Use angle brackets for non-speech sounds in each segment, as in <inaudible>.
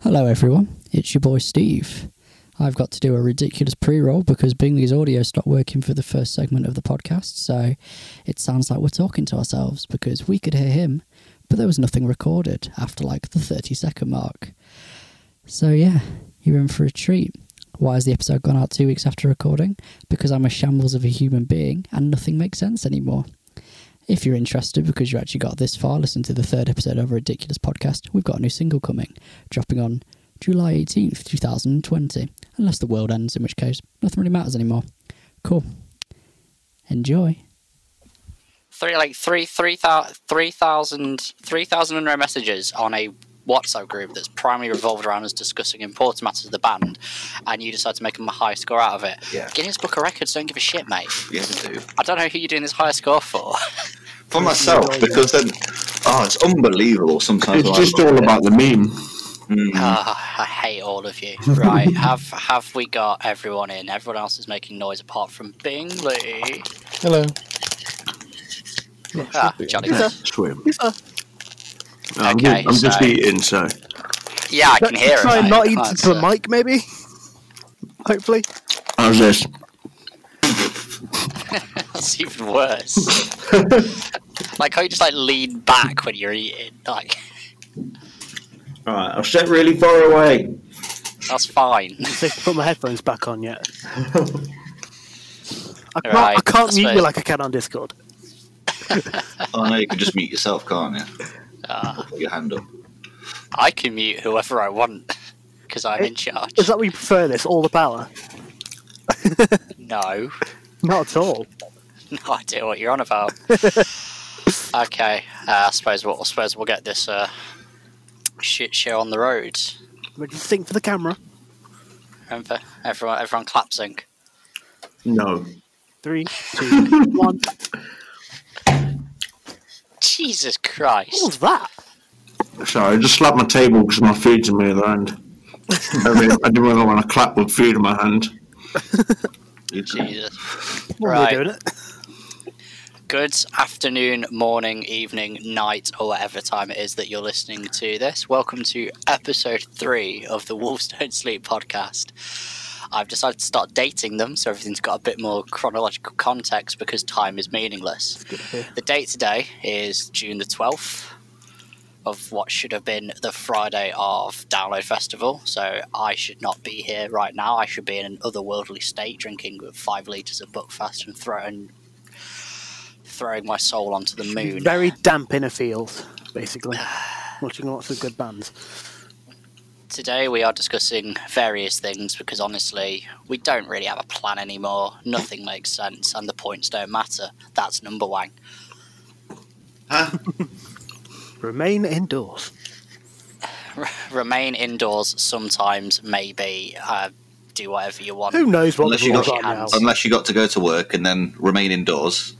Hello, everyone. It's your boy Steve. I've got to do a ridiculous pre roll because Bingley's audio stopped working for the first segment of the podcast, so it sounds like we're talking to ourselves because we could hear him, but there was nothing recorded after like the 30 second mark. So, yeah, you're in for a treat. Why has the episode gone out two weeks after recording? Because I'm a shambles of a human being and nothing makes sense anymore. If you're interested because you actually got this far, listen to the third episode of a Ridiculous Podcast. We've got a new single coming, dropping on July 18th, 2020. Unless the world ends, in which case, nothing really matters anymore. Cool. Enjoy. Three, like three, three thousand, three thousand, three thousand unread messages on a WhatsApp group that's primarily revolved around us discussing important matters of the band, and you decide to make them a high score out of it. Yeah. Guinness Book of Records don't give a shit, mate. Yeah, I do. I don't know who you're doing this high score for. For myself, because then, oh, it's unbelievable sometimes. It's when I just look all at about the meme. Mm. Ah, I hate all <laughs> of you. Right, have have we got everyone in? Everyone else is making noise apart from Bingley. Hello. Ah, Johnny. Yeah. Swim. I'm ju- Okay, I'm just so- eating, so. Yeah, I can Let's hear it. Try mate. and not eat That's, into the uh, mic, maybe. <laughs> Hopefully. How's this? That's even worse. like how you just like lean back when you're eating. Like it. Right, I've stepped really far away. that's fine. They put my headphones back on yet. I can't, Right, I can't I mute suppose- you like I can on Discord. Oh no, you can just mute yourself, can't you? Ah. Put your hand up. I can mute whoever I want because I'm in charge. Is that what you prefer this? All the power? No, <laughs> Not at all. no idea what you're on about. okay, uh, I suppose we'll I suppose we'll get this uh, shit show on the road. But Just think for the camera. Remember, everyone, everyone clap sync. No. Three, two, one. Jesus What Christ! was that? Sorry, I just slapped my table because my food's in my other <laughs> hand. I, mean, I didn't really want to clap with food in my hand. You can- Jesus. What Right. were we doing it? Good afternoon, morning, evening, night, or whatever time it is that you're listening to this. Welcome to episode three of the Wolves Don't Sleep podcast. I've decided to start dating them, so everything's got a bit more chronological context because time is meaningless. The date today is June the 12th of what should have been the Friday of Download Festival. So I should not be here right now. I should be in an otherworldly state drinking five litres of Buckfast and throwing, throwing my soul onto the moon. Very damp inner field, basically. <sighs> Watching lots of good bands. Today we are discussing various things because honestly, we don't really have a plan anymore. Nothing makes sense and the points don't matter. That's number one. Remain indoors. Remain indoors sometimes, maybe. Uh, do whatever you want. Who knows what Unless the you rules got are now? Unless you got to go to work and then remain indoors,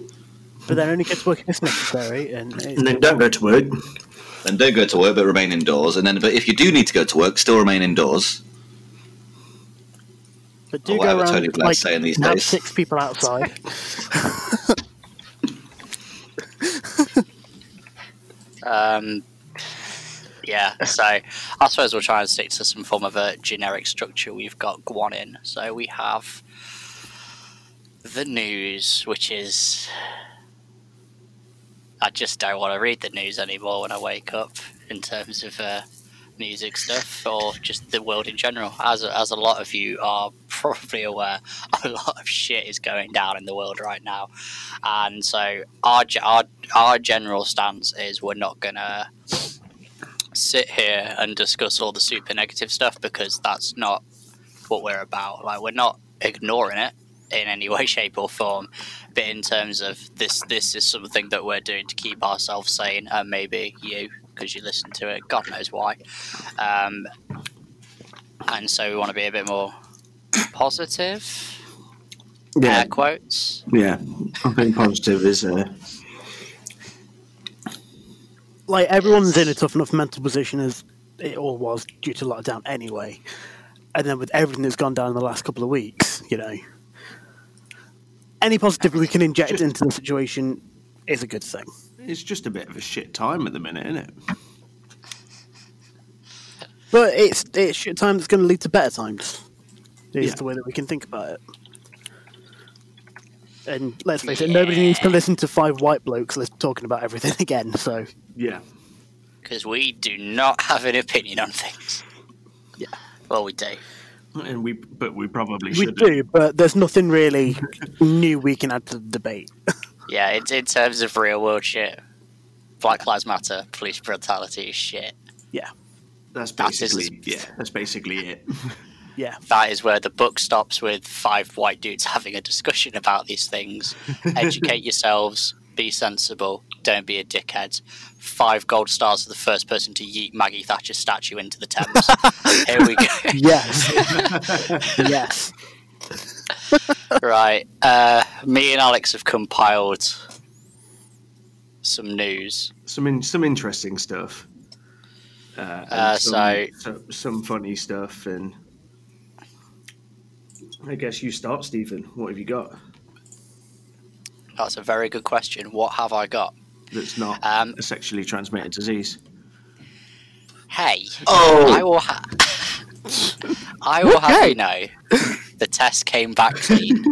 But then only gets work if it's necessary. And, it- And then don't go to work. then don't go to work but remain indoors, and then but if you do need to go to work, still remain indoors. But Or do go whatever around Tony Blair's like saying these have days. six people outside. Um, yeah, so I suppose we'll try and stick to some form of a generic structure we've got Guan in. So we have the news, which is. I just don't want to read the news anymore when I wake up in terms of uh, music stuff or just the world in general. As, as a lot of you are <laughs> probably aware, a lot of shit is going down in the world right now. And so our, ge- our our general stance is we're not gonna sit here and discuss all the super negative stuff because that's not what we're about. Like we're not ignoring it in any <laughs> way, shape, or form. But in terms of this, this is something that we're doing to keep ourselves sane, and maybe you, because you listen to it, God knows why. Um, and so we want to be a bit more positive. Yeah. Air quotes. Yeah. I think positive is. Uh, like everyone's in a tough enough mental position as it all was due to lockdown anyway. And then with everything that's gone down in the last couple of weeks, you know, any positive we can inject into the situation is a good thing. It's just a bit of a shit time at the minute, isn't it? But it's it's shit times that's going to lead to better times. Is Yeah. the way that we can think about it. And let's face it, nobody needs to listen to five white blokes li- talking about everything <laughs> again. So Yeah. because we do not <laughs> have an opinion on things. Yeah. Well, we do. And we, but we probably we should. do, but there's nothing really new we can add to the debate. Yeah, it's in terms of real world shit. Black Lives Matter, police brutality is shit. That's That's just- basically yeah. That's basically it. Yeah, That is where the book stops with five white dudes <laughs> having a discussion about these things. Educate yourselves, be sensible, don't be a dickhead. Five gold stars for the first person to yeet Maggie Thatcher's statue into the Thames. Here we go. <laughs> <laughs> yes, yes. Right. Uh, me and Alex have compiled some news. Some in, some interesting stuff. Uh, and Uh, some, so some funny stuff, and I guess you start, Stephen. What have you got? That's a very good question. What have I got? That's not Um, a sexually transmitted disease. Hey, I Oh, will. Ha- I will have you know, the test came back clean.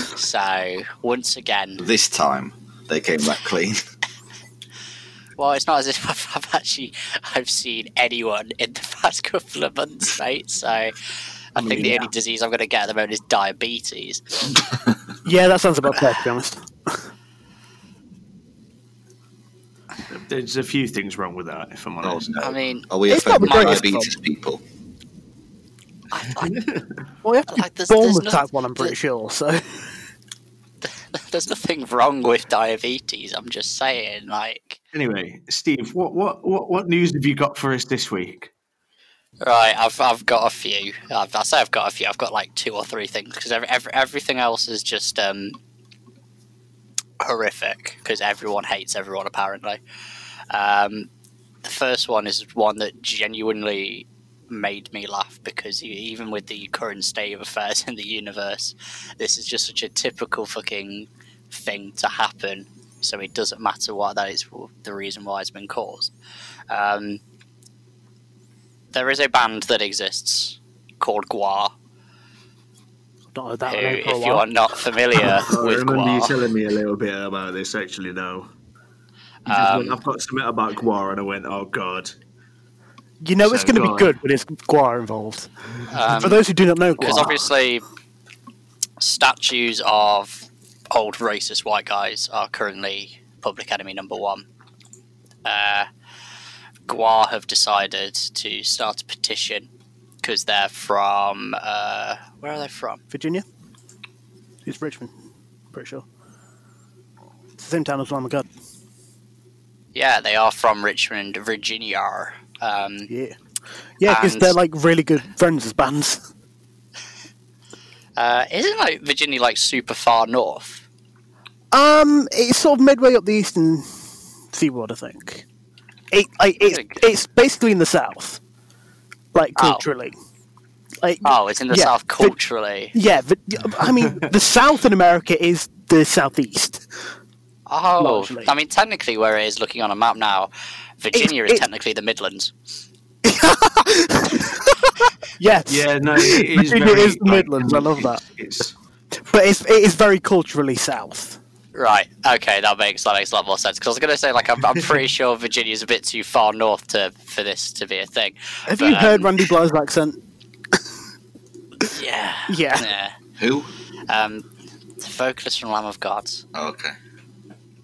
so once again, this time they came back clean. well, it's not as if I've, I've actually I've seen anyone in the past couple of months, right? So I think the only disease I'm going to get at the moment is diabetes. Yeah, that sounds about fair, to be honest. There's a few things wrong with that, if I'm Oh, honest. no. I mean, <laughs> Are we It's not offending the greatest diabetes people? I, I, Well, we have to Like, there's- there's Bournemouth no- type one, I'm pretty sure. So there's nothing wrong with diabetes. I'm just saying, like. Anyway, Steve, what, what what what news have you got for us this week? Right, I've I've got a few. I've, I say I've got a few. I've got like two or three things because every, every, everything else is just um, horrific because everyone hates everyone apparently. Um, the first one is one that genuinely made me laugh because e- even with the current state of affairs <laughs> in the universe, this is just such a typical fucking thing to happen. So it doesn't matter what that is the reason why it's been caused. Um, there is a band that exists called Gua. not heard Who, that name for a if you while. are not <laughs> familiar with Gua, telling me a little bit about this. Actually, no. um, I've got something about Guar, and I went, "Oh God!" You know it's So going to go be on. good when it's Guar involved. For um, those who do not know Guar, because obviously statues of old racist white guys are currently public enemy number one. Uh, Gua have decided to start a petition because they're from uh, where are they from? Virginia, it's Richmond, pretty sure. It's the same town as Lamar God. Yeah, they are from Richmond, Virginia. Um, Yeah, yeah, because And- they're like really good friends as bands. Uh, isn't like Virginia like super far north? Um, it's sort of midway up the eastern seaboard, I think. It, like, it's Really? it's basically in the south, like Oh. culturally. Like, Oh, it's in the Yeah, south but- culturally. yeah, but, I mean, the south in America is the southeast. oh, largely. I mean, technically, where it is looking on a map now, Virginia is it's- technically the Midlands. Yes. Yeah, <laughs> no, it is. It very, is the Midlands, I love it's- It's But it's, it is very culturally south. Right. Okay, that makes that makes a lot more sense. Because I was going to say, like, <laughs> I'm, I'm pretty sure Virginia's a bit too far north to for this to be a thing. Have But, you heard um, Randy Blair's accent? Yeah. <laughs> Yeah. <laughs> Yeah. Who? Um, the vocalist from Lamb of God. Oh, okay.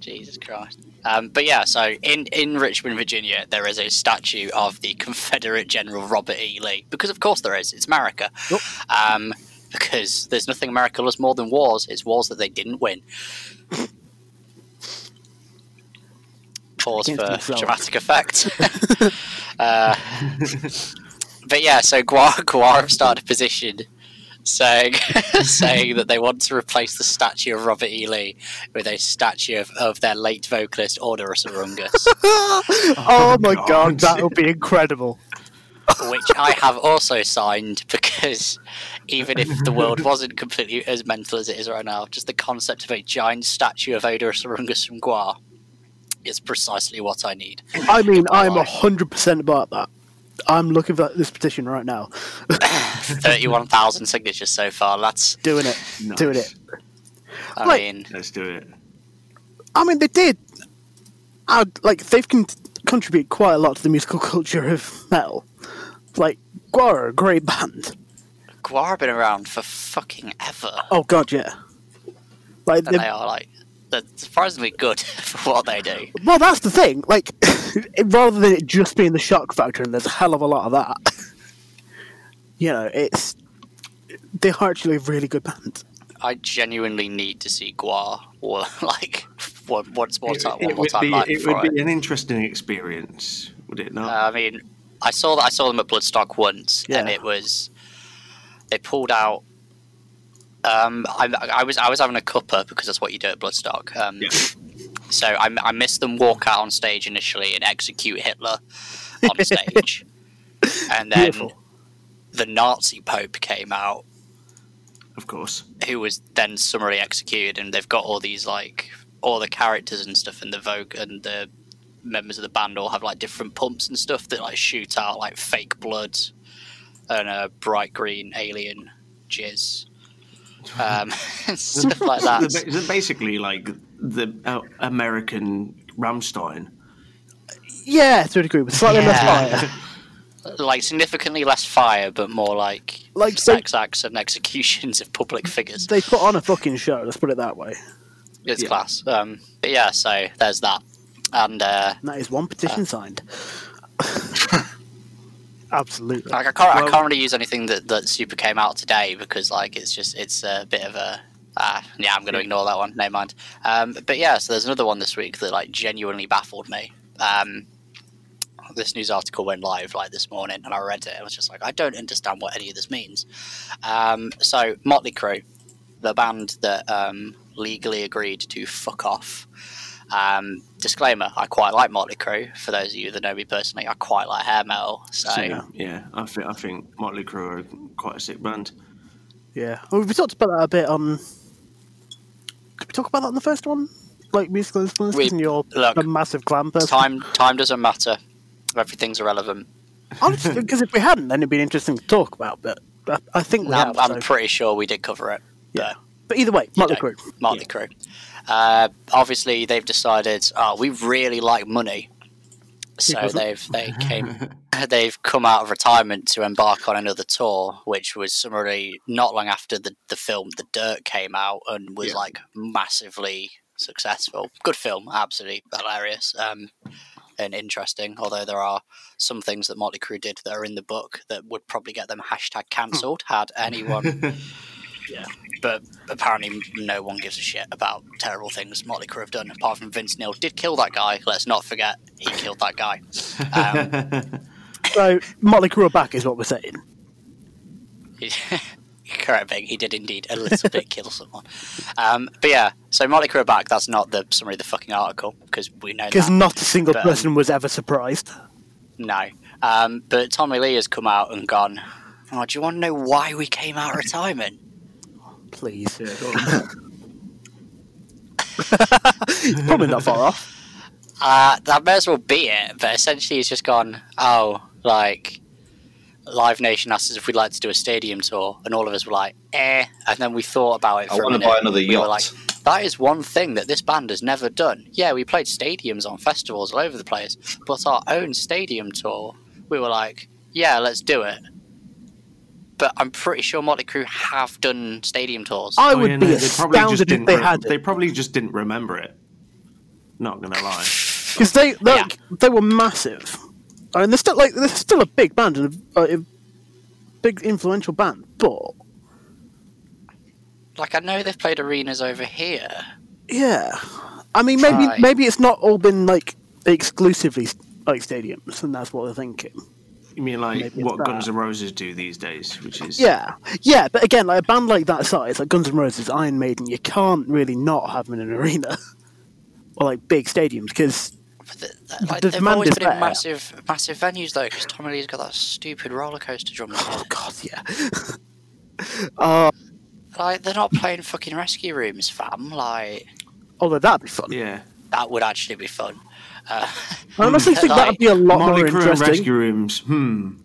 Jesus Christ. Um, but yeah, so in, in Richmond, Virginia, there is a statue of the <laughs> Confederate General Robert E. Lee. Because, of course, there is. It's America. Yup. Um, because there's nothing America loves more than wars. It's wars that they didn't win. Pause Against for themselves. dramatic effect. <laughs> uh, but yeah, so Guar, <laughs> Guar have started a position saying <laughs> saying that they want to replace the statue of Robert E. Lee with a statue of, of their late vocalist Orderus Arungus, Oh, my God. god, that would be incredible. which I have also signed because even if <laughs> the world wasn't completely as mental as it is right now, just the concept of a giant statue of Odorous Arungus from Guar is precisely what I <laughs> need. I mean, my I'm life. 100% about that. I'm looking for this petition right now. Thirty-one thousand signatures so far. That's Doing it. Nice. Doing it. I Like- mean, Let's do it. I mean, they did. i like, they've con- contributed quite a lot to the musical <laughs> culture of metal. Like, Guar, a great band. Guar been around for fucking ever, Oh, God, yeah. Like, and they they are like they're surprisingly good <laughs> for what they do. well, that's the thing. Like, <laughs> rather than it just being the shock factor, and there's a hell of a lot of that, <laughs> you know, it's. They're actually a really good band. I genuinely need to see Guar or <laughs> like one once more time, it one more would, time be, live it before would I- be an interesting experience, would it not? Uh, I mean, I saw that I saw them at Bloodstock once, and Yeah. it was they pulled out. Um, I, I was I was having a cuppa because that's what you do at Bloodstock. Um, Yeah. So I, I missed them walk out on stage initially and execute Hitler <laughs> on stage, and then Beautiful. the Nazi Pope came out, of course. who was then summarily executed, and they've got all these like all the characters and stuff, and the vogue and the members of the band all have like different pumps and stuff that like shoot out like fake blood and a bright green alien jizz, um, <laughs> and stuff <laughs> like Is that. it- is it basically like the uh, American Ramstein? Yeah, to a degree, but slightly less Yeah. fire. <laughs> Like significantly less fire, but more like Like, so- sex acts and executions of public figures. they put on a fucking show. Let's put it that way. It's Yeah. class. Um, but yeah, so there's that, and. Uh, And that is one petition <laughs> signed. Absolutely. Like I can't, I Well- can't really use anything that, that super came out today because like it's just it's a bit of a ah yeah I'm going to ignore that one no mind um, but yeah so there's another one this week that like genuinely baffled me um, this news article went live like this morning and I read it and I was just like I don't understand what any of this means um, so Motley Crue the band that um, legally agreed to fuck off um, disclaimer I quite like Motley Crue for those of you that know me personally I quite like hair metal so. yeah, yeah. I think I think Motley Crue are quite a sick band. Yeah. Well, we talked about that a bit on. Did we talk about that in the first one? Like musical We- influences and your look, a massive glam person. time time doesn't matter. Everything's irrelevant. Because if we hadn't, then it'd be interesting to talk about. But I, I think we have. I'm, I'm so- pretty sure we did cover it. yeah. But either way, you Motley know, Crue. Motley Crue. Uh, obviously, they've decided. Oh, we really like money, so Equals- they've they came <laughs> they've come out of retirement to embark on another tour, which was summarily not long after the the film The Dirt came out and was Yeah. like massively successful. Good film, absolutely hilarious. Um, and interesting, although there are some things that Motley Crue did that are in the book that would probably get them hashtag cancelled had anyone but apparently no one gives a shit about terrible things Motley Crue have done, apart from Vince Neil did kill that guy. Let's not forget he killed that guy. <laughs> Um, So Motley Crue are back is what we're saying. correct, Bing, he did indeed a little bit kill someone. Um, but yeah, so Motley Crue are back. That's not the summary of the fucking article because we know Because that. not a single But, um, person was ever surprised. no, um, but Tommy Lee has come out and gone. Oh, do you want to know why we came out of retirement? Please. Yeah, go on. It's <laughs> probably not far off. Uh, that may as well be it, but essentially it's just gone, oh, like, Live Nation asked us if we'd like to do a stadium tour, and all of us were like, eh, and then we thought about it I for a wanna minute. buy another We were yacht. like, that is one thing that this band has never done. Yeah, we played stadiums on festivals all over the place, but our own stadium tour, we were like, yeah, let's do it. But I'm pretty sure Motley Crue have done stadium tours. I Oh, would yeah, be no, astounded if didn't they re- had They it. probably just didn't remember it. Not gonna lie. Because they, they, they were massive. I mean, they're still, like, they're still a big band and a, a big influential band, but Like, I know they've played arenas over here. Yeah, I mean, maybe Try. maybe it's not all been like exclusively like stadiums, and that's what they're thinking. You mean like Maybe it's what that. Guns N' Roses do these days, which is Yeah, yeah, but again, like a band like that size, like Guns N' Roses, Iron Maiden, you can't really not have them in an arena <laughs> or like big stadiums because But the, the, like, the they've demand always is been in there. massive, massive venues though, because Tommy Lee's got that stupid roller coaster drum. in his head. oh, God, yeah, <laughs> like they're not playing fucking rescue rooms, fam. Like although that'd be fun. yeah. that would actually be fun. Uh, I honestly think Like, that'd be a lot Molly more Crew and interesting. Rescue Rooms. Hmm.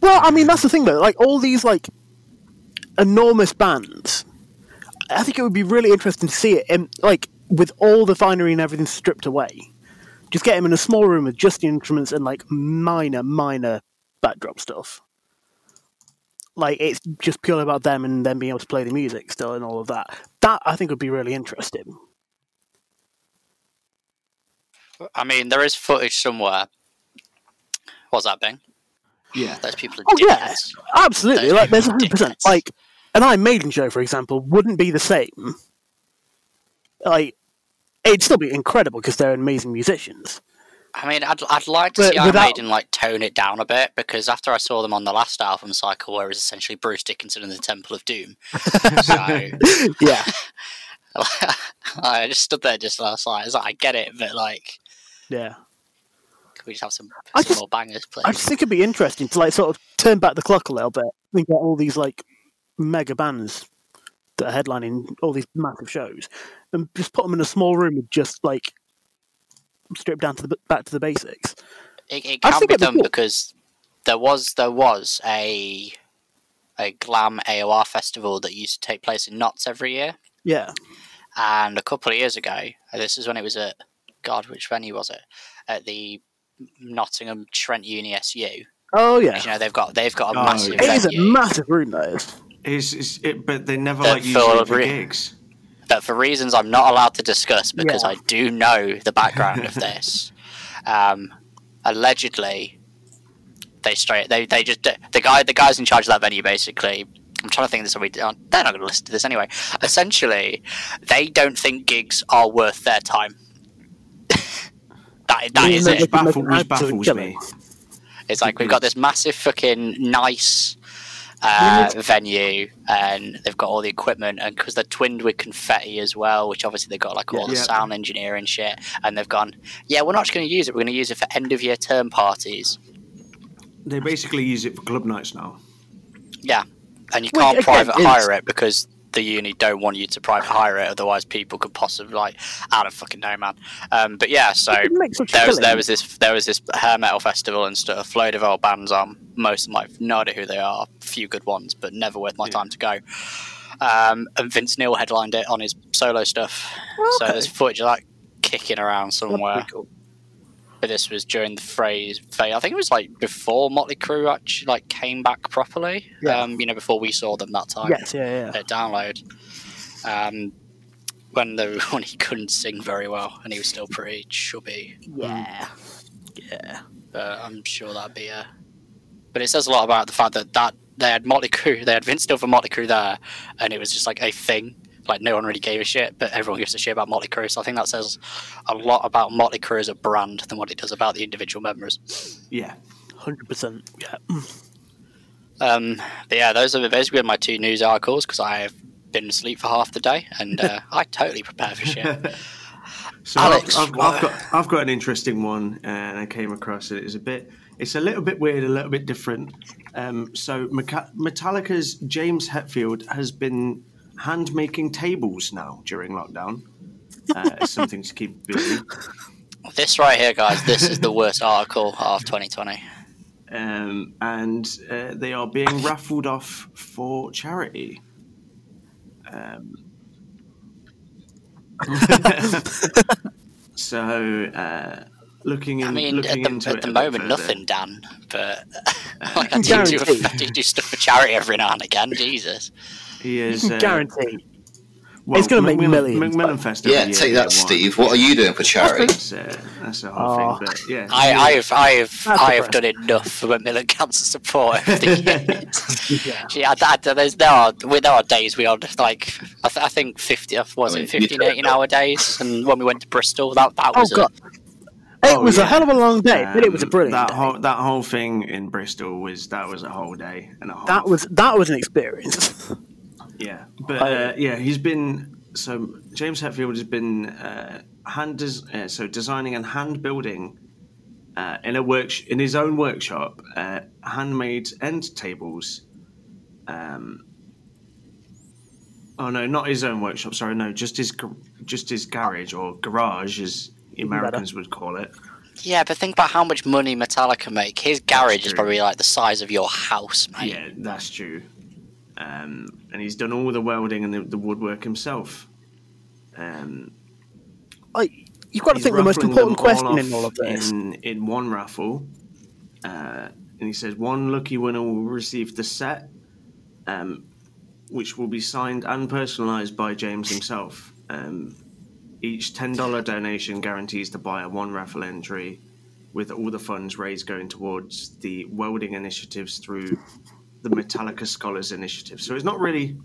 Well, I mean, that's the thing though. Like all these like enormous bands, I think it would be really interesting to see it, in, like with all the finery and everything stripped away. Just get him in a small room with just the instruments and like minor, minor backdrop stuff. Like it's just purely about them and them being able to play the music still and all of that. That I think would be really interesting. I mean, there is footage somewhere. What's that, Bing? Yeah. Those people are Oh, yeah. dickheads. Absolutely, Those like there's people are hundred percent. dickheads. Like an Iron Maiden show, for example, wouldn't be the same. Like it'd still be incredible because they're amazing musicians. I mean, I'd, I'd like to But see Iron without- Maiden like tone it down a bit because after I saw them on the last album cycle, where it was essentially Bruce Dickinson and the Temple <laughs> of Doom, so <laughs> Yeah, I just stood there just last night. I was like, I get it, but like, yeah. can we just have some, I some just- more bangers, please? I just think it'd be interesting to like sort of turn back the clock a little bit and get all these like mega bands that are headlining all these massive shows, and just put them in a small room with just like stripped down to the back to the basics. It, it I can think be it'd be done cool. because there was there was a a glam AOR festival that used to take place in Knots every year, Yeah, and a couple of years ago, and this is when it was at God, which venue was it? At the Nottingham Trent E Uni SU. Oh 'Cause, yeah, You know they've got they've got a Oh, massive it is a venue, massive room that is. Is, is it, but they never That like fell usually over the it. gigs. but for reasons I'm not allowed to discuss because Yeah. I do know the background <laughs> of this. Um, allegedly, they straight they they just the guy the guys in charge of that venue basically. I'm trying to think of this. Are we, oh, they're not going to listen to this anyway. Essentially, they don't think gigs are worth their time. <laughs> that that Even is though it. they Which, can make baffle, an which absolute baffles killing. me. It's like we've got this massive fucking nice uh, venue, and they've got all the equipment, and because they're twinned with confetti as well, which obviously they've got like all the Yeah. sound engineering shit, and they've gone, yeah, we're not just going to use it, we're going to use it for end of year term parties. They basically use it for club nights now. Yeah, and you Which, can't again, private is- hire it because the uni don't want you to private hire it, otherwise people could possibly like, I don't fucking know, man. Um, but yeah, so It makes such a there was killing. there was this there was this hair metal festival and stuff. Load of old bands on. Most of them, I've no idea who they are. Few good ones, but never worth my time to go. Um, and Vince Neil headlined it on his solo stuff. So Okay. there's footage of that kicking around That'd be somewhere. cool. But this was during the phrase. I think it was like before Motley Crue actually like came back properly. Yeah. Um, you know, before we saw them that time Yes, yeah, yeah. uh, download um, when the <laughs> when he couldn't sing very well and he was still pretty chubby. mm. Yeah. Yeah. But I'm sure that'd be a. But it says a lot about the fact that that they had Motley Crue, they had Vince Neil from Motley Crue there, and it was just like a thing. Like no one really gave a shit, but everyone gives a shit about Motley Crue. So I think that says a lot about Motley Crue as a brand than what it does about the individual members. Yeah. 100%. Yeah. mm, Um, but yeah, those are basically my two news articles because I've been asleep for half the day <laughs> and uh, I totally prepare for shit. So Alex, I've, I've, what- I've got I've got an interesting one, uh, and I came across it. It's a bit, it's a little bit weird, a little bit different. Um, so Meca- Metallica's James Hetfield has been hand making tables now during lockdown. Uh, it's something to keep busy. This right here, guys, this is the worst article of 2020. um, and uh, they are being raffled off for charity. Um, so, uh, looking in, I mean, at looking the, into at it the a bit moment, further. Uh, nothing, Dan, but <laughs> like, I, do do, Guaranteed. I do do stuff for charity every now and again, Jesus. He You is can uh, guarantee. well, it's gonna make Macmillan- millions, Macmillan but- Fest every Yeah, year take they that, get one. Steve. What are you doing for charity? That's, uh, that's the whole Oh. thing. But yeah, I, I have, I have, That's I have done depressing. enough for <laughs> Macmillan <laughs> Cancer Support over the years. Yeah. Gee, I, I, there's, there are we- there are days we are just like I, th- I think fifty I was mean, it you 15, tried 18 hour days, and when we went to Bristol, that that Oh, was a- God. It Oh, was yeah. a hell of a long day, but it was a um, brilliant that day. whole that whole thing in Bristol was that was a whole day and a half. that was that was an experience. <laughs> Yeah, but uh, yeah, he's been so James Hetfield has been uh, hand des- uh, so designing and hand building uh, in a work in his own workshop uh, handmade end tables. Um, oh no, not his own workshop. Sorry, no, just his gar- just his garage or garage is the Americans would call it. Yeah, but think about how much money Metallica make. His garage is true. probably like the size of your house, mate. Yeah, that's true. Um, and he's done all the welding and the, the woodwork himself. Um, Like, you've got to he's think the most raffling important them question off in all of this. In, in one raffle, uh, and he says one lucky winner will receive the set, um, which will be signed and personalised by James himself. Um, each ten dollar donation guarantees the buyer one raffle entry, with all the funds raised going towards the welding initiatives through the Metallica Scholars Initiative. So it's not really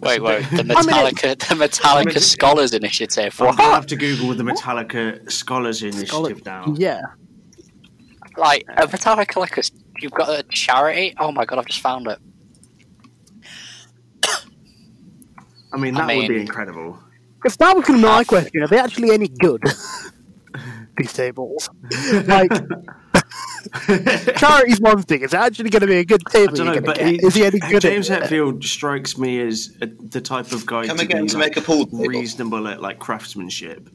Wait, wait. The mean, Metallica, <laughs> the Metallica mean, it- Scholars Initiative. I'll What? have to Google the Metallica Scholars Initiative now. Yeah. Like a Metallica, like a, you've got a charity. Oh my god, I've just found it. I mean, I that would be mean- incredible. If that was going to be my question, are they actually any <laughs> good? These tables. Like, charity's one thing. Is it actually going to be a good table? I don't you're know, gonna but get? he, is <laughs> he any good? James at it? Hetfield strikes me as a, the type of guy Can to we get be him to like, make a pool table? reasonable at like craftsmanship.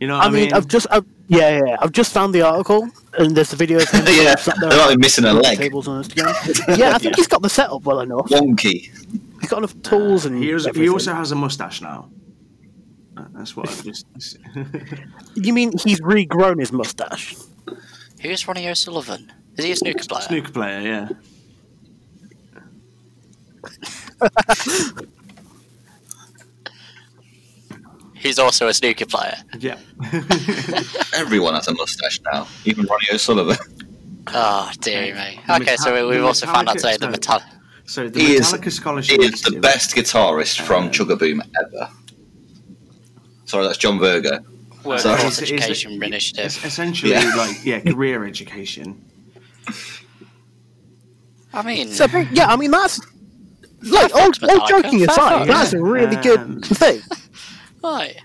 You know what I mean, I've just, I've, yeah, yeah, yeah. I've just found the article, and there's the video. <laughs> Of <laughs> him yeah, sat there they might be missing a on the leg. Tables on Instagram. <laughs> yeah, I think he's got the setup well enough. Wonky. He's got enough tools and he, also, he everything. also has a mustache now. Uh, That's what I've just. <laughs> You mean he's regrown his mustache? Who's Ronnie O'Sullivan? Is he a snooker player? Snooker player, yeah. He's also a snooker player. Yeah. Everyone has a mustache now, even Ronnie <laughs> O'Sullivan. Oh dear me. Okay, so Metal- we, we've the also found out Metallica- today that no. Metallica. so the He is- Metallica He is Scholarship the Initiative- best guitarist Uh, from Chugaboom ever. Sorry, that's John Virgo. Workforce Is- is- Education is- Initiative. It's essentially, Yeah. <laughs> like, yeah, career education. I mean, So yeah, I mean that's like all, fucked all Metallica. joking Fair aside, fuck. that's a really Um, good thing. right.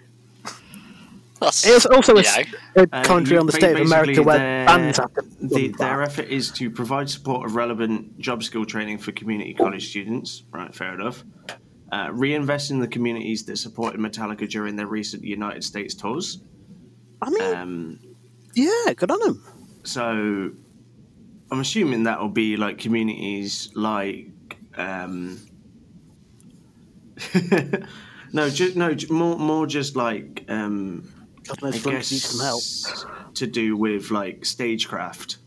That's, It's also a, you s- know, a Uh, country you- on the ba- state of America basically where their- bands have to. the, their effort is to provide support of relevant job skill training for community college students. Right, fair enough. Uh, reinvest in the communities that supported Metallica during their recent United States tours. I mean, Um, yeah, good on them. so I'm assuming that will be like communities like. Um, <laughs> no, ju- no, ju- more, more just like um, God knows I Blink needs some help. guess to do with like stagecraft.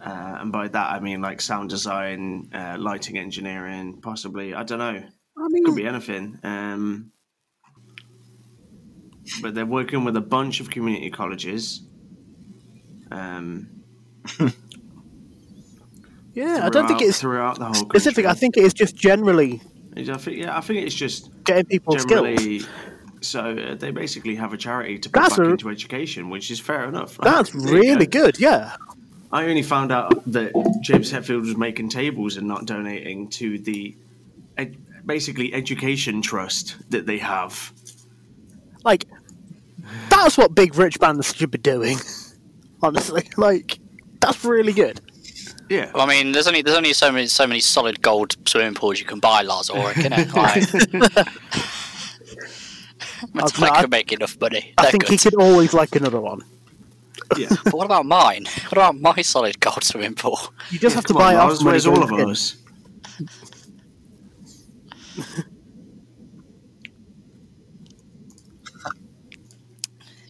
Uh, and by that I mean like sound design, uh, lighting engineering, possibly. I don't know. I Could mean, be anything. Um, but they're working with a bunch of community colleges. Um, yeah, I don't think throughout- it's throughout the whole specific. I country. think it's just generally I think yeah, I think it's just getting people skills. generally. So uh, they basically have a charity to put That's back a- into education, which is fair enough. <laughs> That's There you really go. good. Yeah, I only found out that James Hetfield was making tables and not donating to the ed- basically education trust that they have. like that's what big rich bands should be doing. Honestly, <laughs> like that's really good. Yeah. Well, I mean, there's only there's only so many so many solid gold swimming pools you can buy, Lars <laughs> Ulrich, innit? Like, I've- I- Metallica can make enough money. I They're think good. he could always like another one. yeah. But what about mine? What about my solid gold swimming pool? You just have to Come on, buy Lars, off money where's all of going in. us?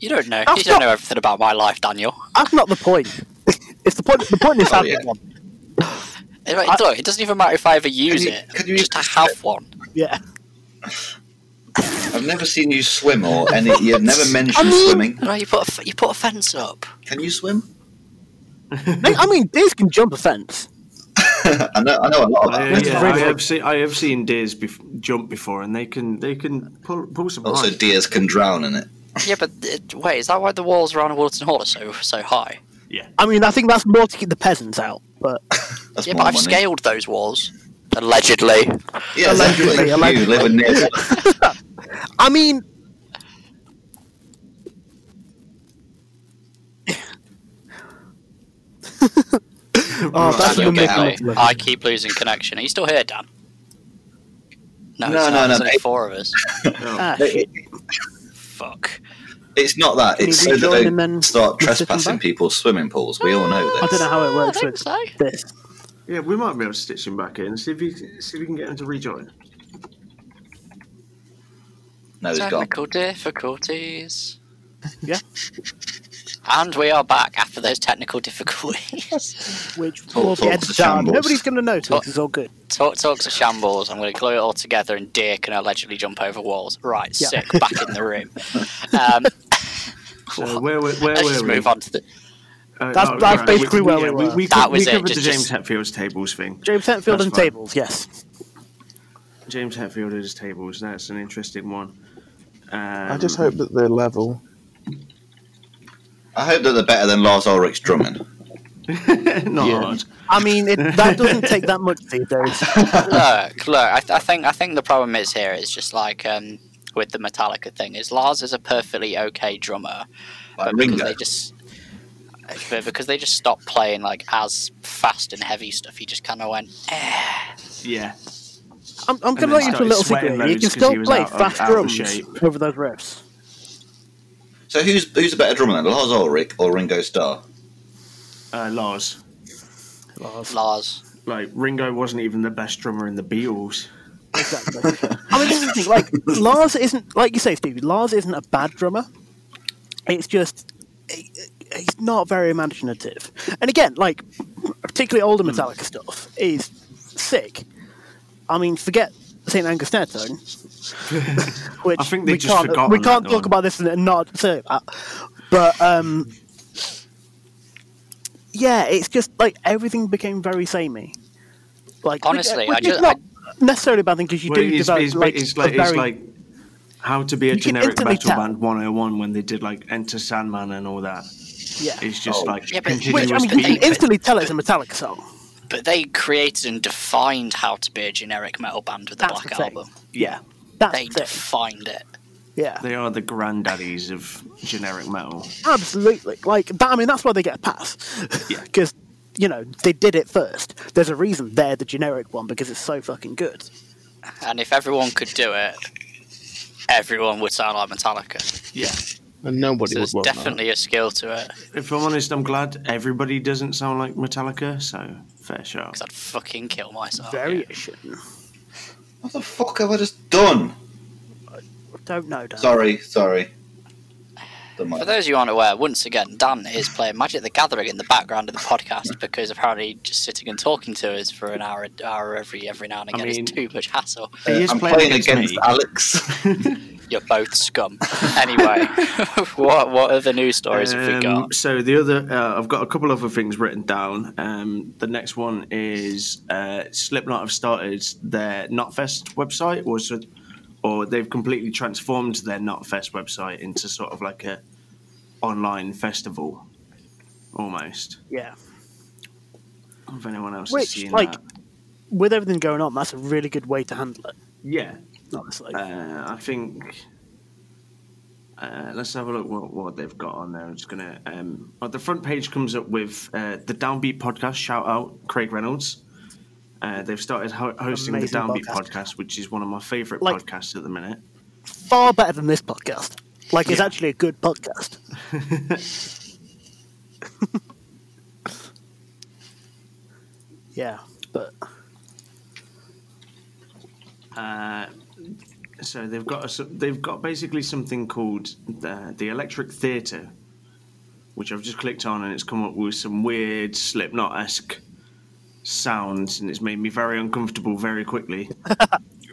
You don't know. That's you don't not- know everything about my life, Daniel. That's not the point. <laughs> it's the point. The point <laughs> is Oh, having yeah. one. It, look, it doesn't even matter if I ever use you- it. can you just to use have one. Yeah. I've never seen you swim or any. You've never mentioned <laughs> I mean- swimming. No, you put a, f- you put a fence up. Can you swim? I I mean, Diz can jump a fence. I know. I know a lot about I, it. yeah, I really- have seen I have seen deers bef- jump before, and they can they can pull pull some. Also, <laughs> height. deers can drown in it. Yeah, but uh, wait, is that why the walls around Wilton Hall are so so high? yeah. I mean, I think that's more to keep the peasants out. But That's yeah, more but I've money. scaled those walls allegedly. Yeah, Allegedly, exactly. allegedly. You live near. <laughs> <laughs> I mean, oh, that's the Daniel, get middle me. middle. I keep losing connection. Are you still here, Dan? No, No, it's no, not. no, There's only mate. four of us. Oh. Ah, It- Fuck. It's not that. Can It's you so that rejoin and they then start we sit them trespassing back? people's swimming pools. We all know I this. don't know how it works I think with <laughs> so. this. Yeah, we might be able to stitch him back in. See if he, see if we can get him to rejoin. No, he's gone. Technical difficulties. Yeah. And we are back after those technical <laughs> difficulties. Which All will get sorts of done. shambles. Nobody's going to notice. Oh. It's all good. Talk talks a shambles. I'm going to glue it all together, and deer can allegedly jump over walls. Right, Yeah. sick. Back in <laughs> the room. Um, So where were, where let's were just we? move on to the. Uh, That's- oh, that's right, basically where we yeah, were. We, That co- we was it, covered the just- James just- Hetfield's tables thing. James Hetfield That's and fine. tables. Yes. James Hetfield and his tables. That's an interesting one. Um, I just hope that they're level. I hope that they're better than Lars Ulrich's drumming. <laughs> not Yeah. hard. I mean, it, that doesn't take that much <laughs> these days. look, look. I, th- I think I think the problem is here is just like um, with the Metallica thing. Is Lars is a perfectly okay drummer, Like but because Ringo. they just but because they just stopped playing like as fast and heavy stuff, he just kind of went. Yeah. I'm, I'm then going to let you to a started little sweating secret. loads You can 'cause still he was play out of- fast out of drums shape. over those riffs. So who's who's a better drummer than Lars Ulrich or Ringo Starr? Uh, Lars, Lars. like Ringo wasn't even the best drummer in the Beatles. Exactly. I mean, this is the thing. Like Lars isn't like you say, Stevie. Lars isn't a bad drummer. It's just he- he's not very imaginative. And again, like particularly older Hmm. Metallica stuff is sick. I mean, forget St. <laughs> Angus Tone, which I think they we just can't forgotten we that can't one. talk about this and not say that. But um, yeah, it's just like everything became very samey. Like which- uh, Honestly, which I is just- not necessarily bad thing because you Well, do it's, develop it's, like, it's a like it's very- like how to be a You can generic instantly metal tell. band 101 when they did like Enter Sandman and all that. yeah. It's just Oh. like Yeah, but- continuous Which, I mean, you beat. can beat. instantly tell it's a Metallica song. But they created and defined how to be a generic metal band with the That's Black the thing. Album. Yeah, that's They the thing. defined it. Yeah, They are the granddaddies of generic metal. absolutely. Like that. I mean, that's why they get a pass <laughs> Yeah. because you know they did it first. There's a reason they're the generic one because it's so fucking good. Oh, And if everyone could do it, everyone would sound like Metallica. Yeah. And nobody So would there's want definitely a skill to it. If I'm honest, I'm glad everybody doesn't sound like Metallica, so fair shot. Because I'd fucking kill myself. Variation. What the fuck have I just done? Don't know. Dan. Sorry, sorry. Don't For mind. those who aren't aware, once again, Dan is playing Magic the Gathering in the background of the podcast because apparently just sitting and talking to us for an hour, hour every every now and I again mean- is too much hassle. Uh, He is I'm playing playing against against me. Alex. <laughs> You're both scum. <laughs> anyway, <laughs> what what other news stories have we Um, got? so the other, uh, I've got a couple other things written down. Um, the next one is uh, Slipknot have started their Knotfest website, or so, or they've completely transformed their Knotfest website into sort of like a online festival, almost. Yeah. If anyone else Which, has seen like- that, With everything going on, that's a really good way to handle it. yeah, Honestly. uh, I think. Uh, let's have a look what, what they've got on there. I'm just gonna. Um, oh, the front page comes up with uh, the Downbeat podcast. Shout out Craig Reynolds. Uh, they've started ho- hosting Amazing the Downbeat podcast. podcast. which is one of my favourite Like- podcasts at the minute. Far better than this podcast. Like, it's Yeah. actually a <laughs> good podcast. yeah, but Uh, so they've got a, so they've got basically something called the, the Electric Theatre, which I've just clicked on and it's come up with some weird Slipknot esque sounds and it's made me very uncomfortable very quickly.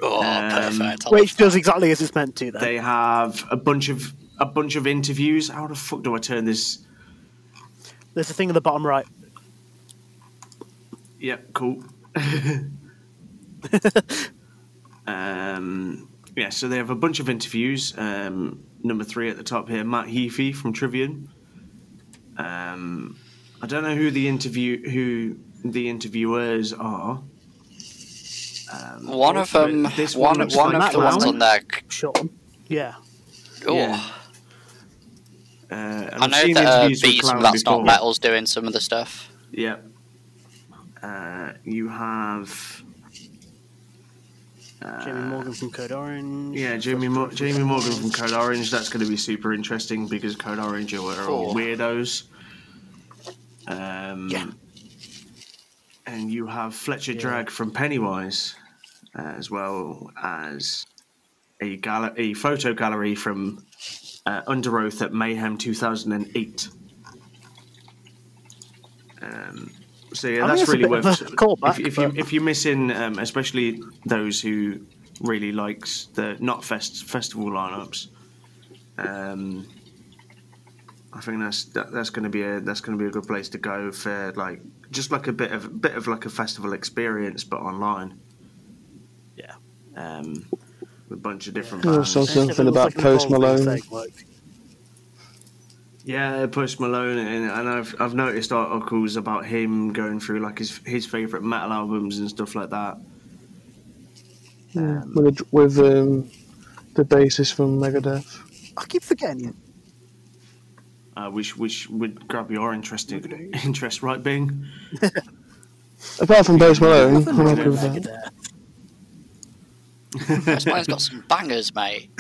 Oh, um, perfect. I love which does exactly as it's meant to. Then They have a bunch of a bunch of interviews. How the fuck do I turn this? there's a thing at the bottom right. Yep, <laughs> cool. um, yeah, so they have a bunch of interviews. Um, number three at the top here, Matt Heafy from Trivian. Um, I don't know who the interview who the interviewers are. One of them, But this one, one one, looks like of the ones Clown. on there. Sean. Yeah. Oh, Yeah. Uh, and I I've know seen that uh, interviews with Beast Clown from That's Not before. Metal's doing some of <laughs> the stuff. Yep. Uh, you have Jamie Morgan from Code Orange. Yeah, Jamie, Mo- Jamie Morgan from Code Orange. That's going to be super interesting because Code Orange are, are all Cool. weirdos. Um, Yeah. And you have Fletcher Drag from Pennywise, uh, as well as a, gall- a photo gallery from uh, Under Oath at Mayhem 2008. Um, so yeah, I mean, that's it's a really bit of worth. a if, callback, if you but- if you miss in, um, especially those who really likes the not fest festival lineups, um, I think that's that, that's going to be a that's going to be a good place to go for like just like a bit of bit of like a festival experience, but online. Yeah. Um, with a bunch of different Yeah, bands. so- Something It looks about an Post evolving Malone. segment. Yeah, Post Malone, and, and I've I've noticed articles about him going through like his his favorite metal albums and stuff like that. Um, with a, with um, the bassist from Megadeth. I keep forgetting. uh, which which would grab your interest interest, right, Bing? Apart from Post Malone, Nothing I'm wrong happy with with that. Megadeth. West Mine's got some bangers, mate.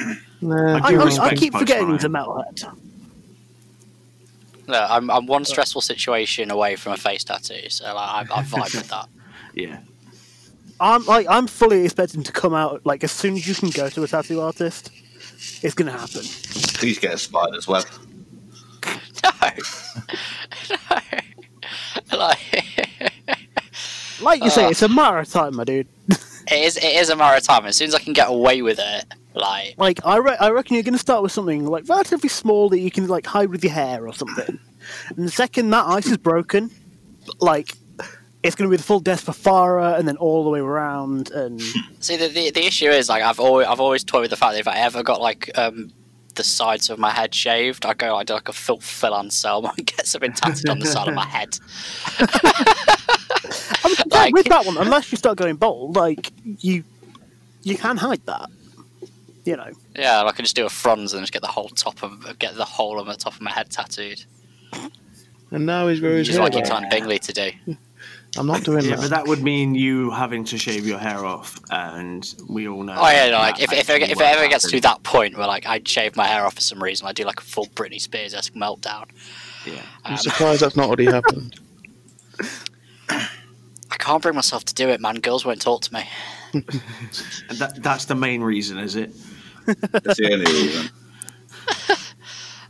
Nah, I I, do I, I respect keep Post forgetting Malone. he's a metalhead. No, I'm, I'm one stressful situation away from a face tattoo, so like, I, I vibe with <laughs> that. <laughs> Yeah, I'm like I'm fully expecting to come out like as soon as you can go to a tattoo artist, it's gonna happen. Please get a spider's web. No, like. Like you Uh, say, it's a matter of time, my dude. It is. It is a matter of time. As soon as I can get away with it, like Like I, re- I reckon you're gonna start with something like relatively small that you can like hide with your hair or something. And the second that ice is broken, like it's gonna be the full death for Farah and then all the way around and see the, the the issue is like I've always I've always toyed with the fact that if I ever got like um the sides of my head shaved, I go I do like a Phil Phil Anselmo and <laughs> get something tattooed on the side of my head. I mean, yeah, Like- with that one, unless you start going bold, like you you can hide that. You know. Yeah, I can just do a fronds and just get the whole top of get the whole on the top of my head tattooed, and now he's growing his which is hair what I back. keep telling Bingley to do. I'm not doing yeah, that. but that would mean you having to shave your hair off, and we all know. Oh yeah, no, that like if if, actually it- if it won't ever gets to happen. that point where like I shave my hair off for some reason, I do like a full Britney Spears esque meltdown. yeah. I'm surprised that's not already happened. I can't bring myself to do it, man. Girls won't talk to me. And that, that's the main reason, is it? That's the <laughs> only reason.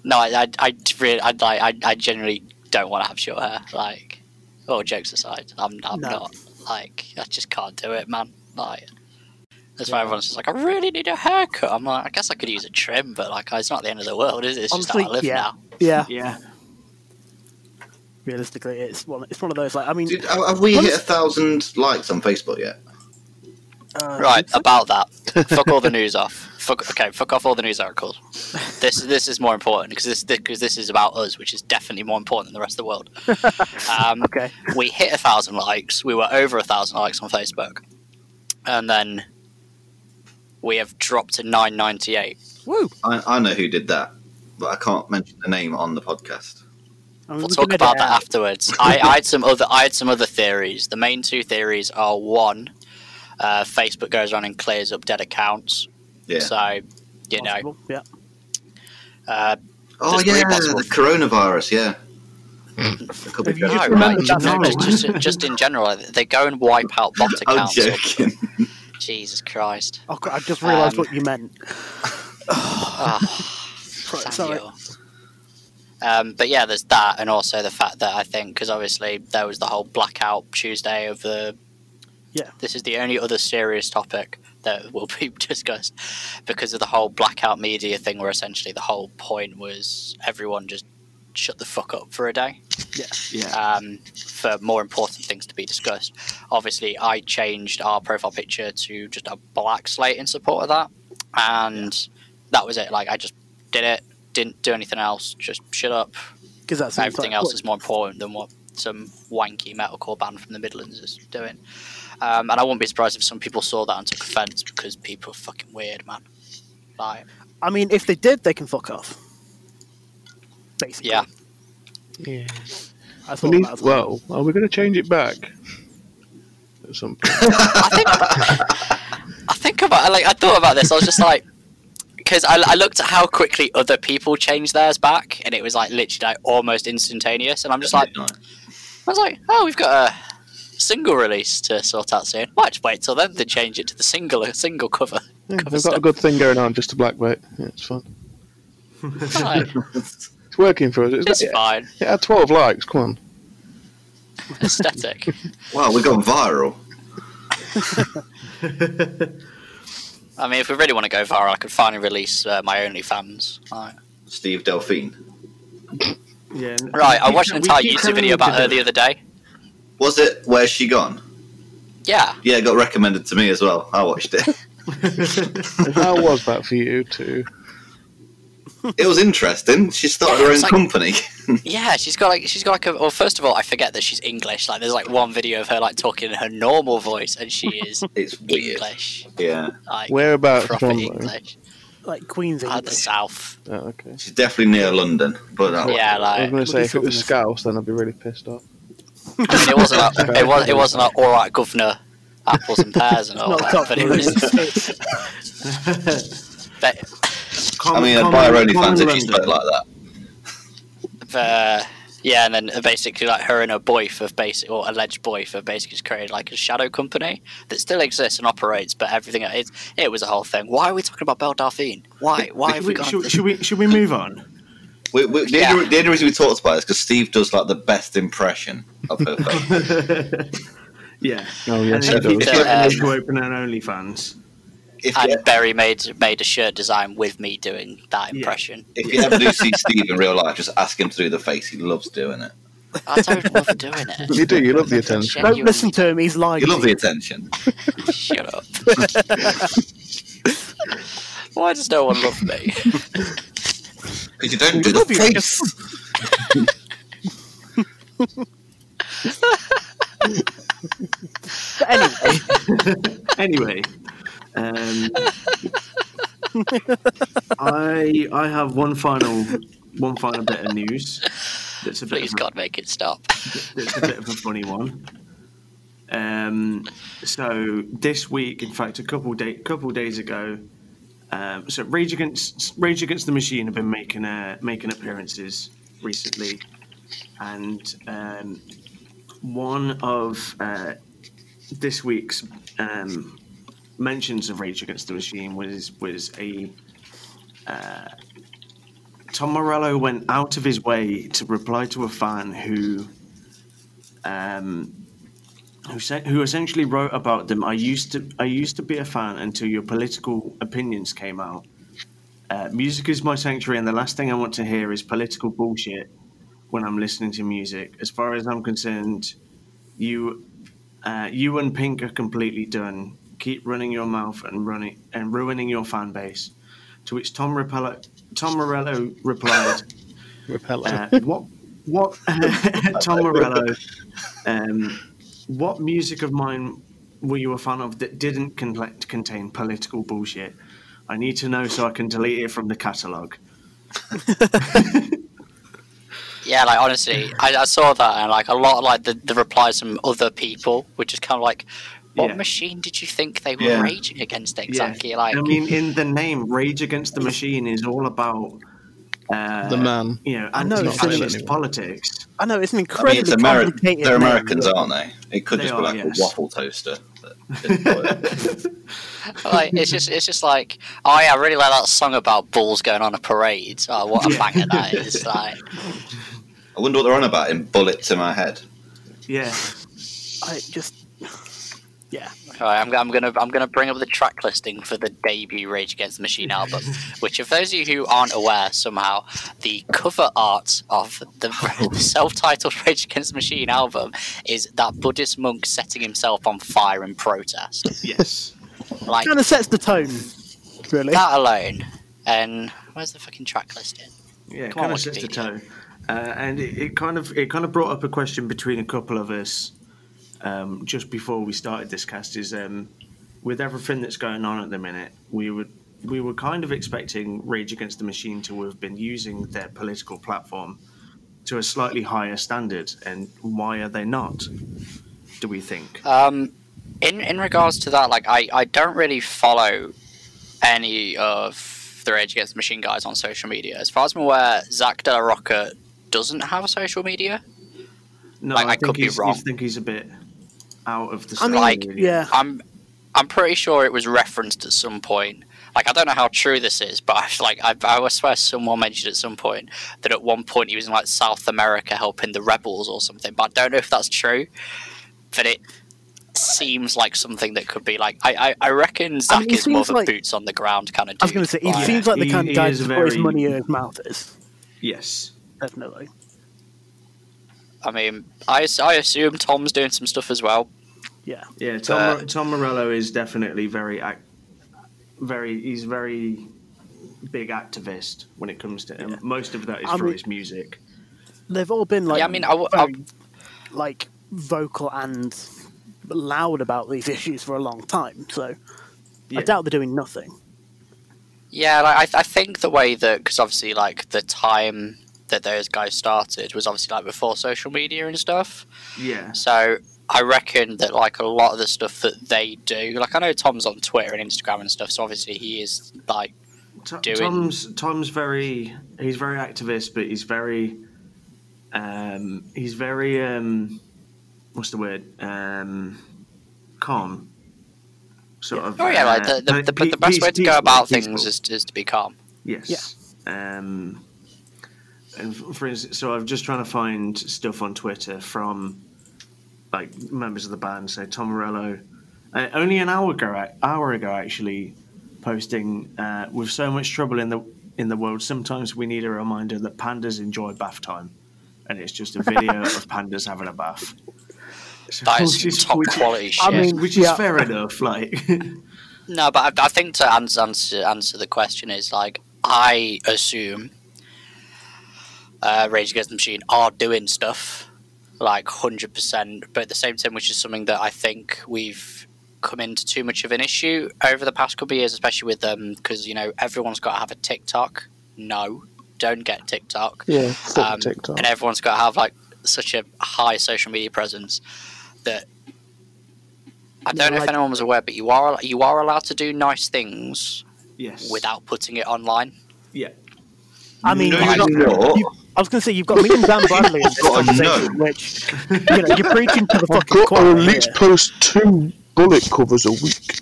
No, I, I, I really, I, like, I, I generally don't want to have short hair. Like, all jokes aside, I'm, I'm No. not. Like, I just can't do it, man. Like, that's why everyone's just like, I really need a haircut. I'm like, I guess I could use a trim, but like, it's not the end of the world, is it? It's just how I live yeah, now. yeah. Yeah. Realistically, it's one. It's one of those. Like, I mean, Did, have have we hit a thousand likes on Facebook yet? uh, Right about that. fuck all the news off. Fuck. Okay, fuck off all the news articles. This this is more important because this because this is about us, which is definitely more important than the rest of the world. Um, Okay. we hit a thousand likes. We were over a thousand likes on Facebook, and then we have dropped to nine ninety eight. Woo. I, I know who did that, but I can't mention the name on the podcast. I mean, We'll we talk can edit about it that out. afterwards. I, I had some other I had some other theories. The main two theories are one, uh, Facebook goes around and clears up dead accounts. Yeah. So you know, Possible, Yeah. uh, oh there's three yeah, possible- the coronavirus. Yeah. Hmm. That could be If you just dreadful. remember right, that just, just, just, just in general, they go and wipe out <laughs> bot I'm accounts. joking. Jesus Christ! Oh, God, I just realised Um, what you meant. Ah. Sorry, sorry. Samuel. Um, but yeah, there's that, and also the fact that I think because obviously there was the whole blackout Tuesday of the. Yeah. This is the only other serious topic that will be <laughs> discussed because of the whole blackout media thing, where essentially the whole point was everyone just shut the fuck up for a day Yeah. um, for more important things to be discussed. Obviously, I changed our profile picture to just a black slate in support of that, and that was it. Like I just did it, didn't do anything else. Just shut up. Because that's Everything else is more important than what some wanky metalcore band from the Midlands is doing. Um, and I wouldn't be surprised if some people saw that and took offence because people are fucking weird, man. Like, I mean, if they did, they can fuck off. Basically. yeah, Yeah. I thought We that need, as well. well, are we going to change it back? At some point. I think I think quite I, like. I thought about this. I was just like, <laughs> because I, I looked at how quickly other people changed theirs back, and it was like literally like almost instantaneous. And I'm just like, I was like, oh, we've got a single release to sort out soon. Might just wait till then to change it to the single <laughs> single cover. Yeah, cover they've got a stuff. good thing going on, just a black vote. Yeah, it's fun. Like, It's working for us. It's, it's it, fine. it had 12 likes, come on. Aesthetic. <laughs> Wow, we're going viral. I mean, if we really want to go viral, I could finally release uh, my OnlyFans. Like, Steve Delphine. Yeah. and- right, I we watched keep- an we entire keep YouTube telling you video to about her do the other day. Was it Where's She Gone? Yeah, Yeah, it got recommended to me as well. I watched it. And How was that for you two? it was interesting. She started her own It's <laughs> like- company. yeah, she's got like she's got like a. Well, first of all, I forget that she's English. Like, there's like one video of her like talking in her normal voice, and she <laughs> is It's weird. English, Yeah, like Whereabouts proper from? though? English, Like Queen's at the English. south. Oh, okay. she's definitely near London, but Oh, that was- Yeah, I <laughs> like was going to say, if it was something- Scouse, then I'd be really pissed off. I mean, it wasn't like, it was it wasn't like all right, governor, apples and pears and all Not that, top <laughs> but it was. It's- But, I Common- mean, I'd buy her common- OnlyFans if common she spoke like that. uh, yeah, and then basically like her and her boy for basic or alleged boy for basically just created like a shadow company that still exists and operates, but everything it, it was a whole thing. Why are we talking about Belle Delphine? Why why have we Should we, gone? should, should we should we move on? <laughs> We, we, the, Yeah. only, the only reason we talked about it is because Steve does like the best impression of her <laughs> face. Yeah. Oh, yes, and she if you does. don't, Uh, you open an OnlyFans. if, and you, Barry made made a shirt design with me doing that impression. if you ever do see Steve in real life, just ask him to do the face. He loves doing it. I don't love doing <laughs> it. You do, you <laughs> love the attention. Don't listen to him. He's lying. You love the attention. <laughs> Shut up. <laughs> Why does no one love me? Because you don't do the face. But anyway, Anyway, <laughs> um, I I have one final one final bit of news. That's a bit Please of a- God make it stop. It's a bit of a funny one. Um, so this week, in fact, a couple day, couple days ago, um, so Rage Against Rage Against the Machine have been making uh, making appearances recently, and um, one of uh, this week's um, mentions of Rage Against the Machine was was a uh, Tom Morello went out of his way to reply to a fan who, um, who said, who essentially wrote about them. I used to, I used to be a fan until your political opinions came out. Uh, music is my sanctuary, and the last thing I want to hear is political bullshit when I'm listening to music. As far as I'm concerned, you, uh, you and Pink are completely done. Keep running your mouth and running and ruining your fan base. To which Tom Repello, Tom Morello replied, Repeller. uh, "What, what, <laughs> Tom Morello? Um, what music of mine were you a fan of that didn't con- contain political bullshit? I need to know so I can delete it from the catalog." Yeah, like honestly, I, I saw that and like a lot of like the, the replies from other people were just kind of like, "What Yeah. machine did you think they were Yeah. raging against exactly?" Like, I mean, in the name, Rage Against the Machine is all about uh, the man. You know, I know, it's really- anti-fascist <laughs> politics. <laughs> I know it's an I mean, it's incredibly Ameri- complicated. they're name. Americans, aren't they? It could They just are, be like yes. a waffle toaster. But it didn't work. like, it's just it's just like, oh yeah, I really like that song about bulls going on a parade. Oh, what a banger that is! Like, I wonder what they're on about in Bullet to My Head. Yeah, I just yeah. all right, I'm, I'm gonna I'm gonna bring up the track listing for the debut Rage Against the Machine album, which, if those of you who aren't aware, somehow the cover art of the <laughs> self-titled Rage Against the Machine album is that Buddhist monk setting himself on fire in protest. yes. Like Kind of sets the tone, really. that alone. And where's the fucking track listing? Yeah, Come on, kind of sets the Wikipedia. tone, uh, and it, it kind of it kind of brought up a question between a couple of us um, just before we started this cast. Is um, with everything that's going on at the minute, we would we were kind of expecting Rage Against the Machine to have been using their political platform to a slightly higher standard, and why are they not? Do we think? Um, in in regards to that, like I, I don't really follow any of the Rage Against the Machine guys on social media. As far as I'm aware, Zach De La Rocca doesn't have a social media. No, Like, I I, could think be he's, wrong. I think he's a bit out of the. I mean, scene, Like, really. yeah. I'm I'm pretty sure it was referenced at some point. Like I don't know how true this is, but I, like I, I swear someone mentioned at some point that at one point he was in like South America helping the rebels or something. But I don't know if that's true. But it seems like something that could be like I I, I reckon Zach it is more seems of a like- boots on the ground kind of. Dude, I was going to say, he but- seems like the he- kind he of guy is that's got his very- money in his mouth is. Yes. Definitely. I mean, I, as- I assume Tom's doing some stuff as well. Yeah. Yeah. Tom Uh, Mor- Tom Morello is definitely very ac- very. He's very big activist when it comes to him. Most of that is I through mean- his music. They've all been like, yeah, I mean, I, w- I- very, like vocal and loud about these issues for a long time. So Yeah. I doubt they're doing nothing. yeah, like, I, I think the way that because obviously like the time that those guys started was obviously like before social media and stuff. Yeah. So I reckon that like a lot of the stuff that they do, like I know Tom's on Twitter and Instagram and stuff, so obviously he is like To- doing- Tom's Tom's very he's very activist, but he's very um, he's very um, what's the word um, calm. Sort of. oh yeah, like uh, the the, the, pe- the best way to peaceful, go about things peaceful. is, is to be calm. Yes. Um, and f- for instance, so I'm just trying to find stuff on Twitter from like members of the band. So Tom Morello, uh, only an hour ago, ac- hour ago actually, posting uh, with so much trouble in the in the world. Sometimes we need a reminder that pandas enjoy bath time, and it's just a <laughs> video of pandas having a bath. So, That which is- is top which- quality shit. I mean, Which is yeah. fair enough. Like, <laughs> No, but I, I think to answer, answer answer the question is like I assume uh, Rage Against the Machine are doing stuff like hundred percent, but at the same time, which is something that I think we've come into too much of an issue over the past couple of years, especially with them because you know everyone's got to have a TikTok. No, don't get TikTok Yeah, fuck um, TikTok. and everyone's got to have like such a high social media presence that I don't know like- if anyone was aware, but you are you are allowed to do nice things yes. without putting it online. Yeah. I mean, No, like- you're not. You- I was going to say you've got me and Dan Bradley in this Oh, no. conversation, which you know you're preaching to the I've fucking got to choir. at least here. post two bullet covers <laughs> a week.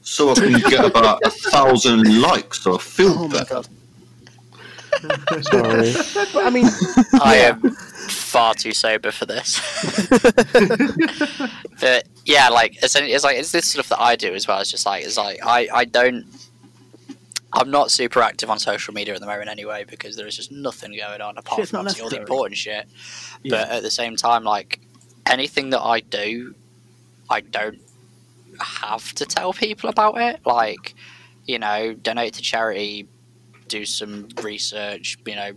So I can get about a thousand likes or Oh filter. my god! Sorry. But, I mean, <laughs> I am far too sober for this. <laughs> but yeah, like it's, it's like it's this stuff that I do as well. It's just like it's like I I don't. I'm not super active on social media at the moment anyway because there is just nothing going on apart It's from not obviously all the necessary. important shit. Yeah. But at the same time, like anything that I do, I don't have to tell people about it. Like, you know, donate to charity, do some research, you know,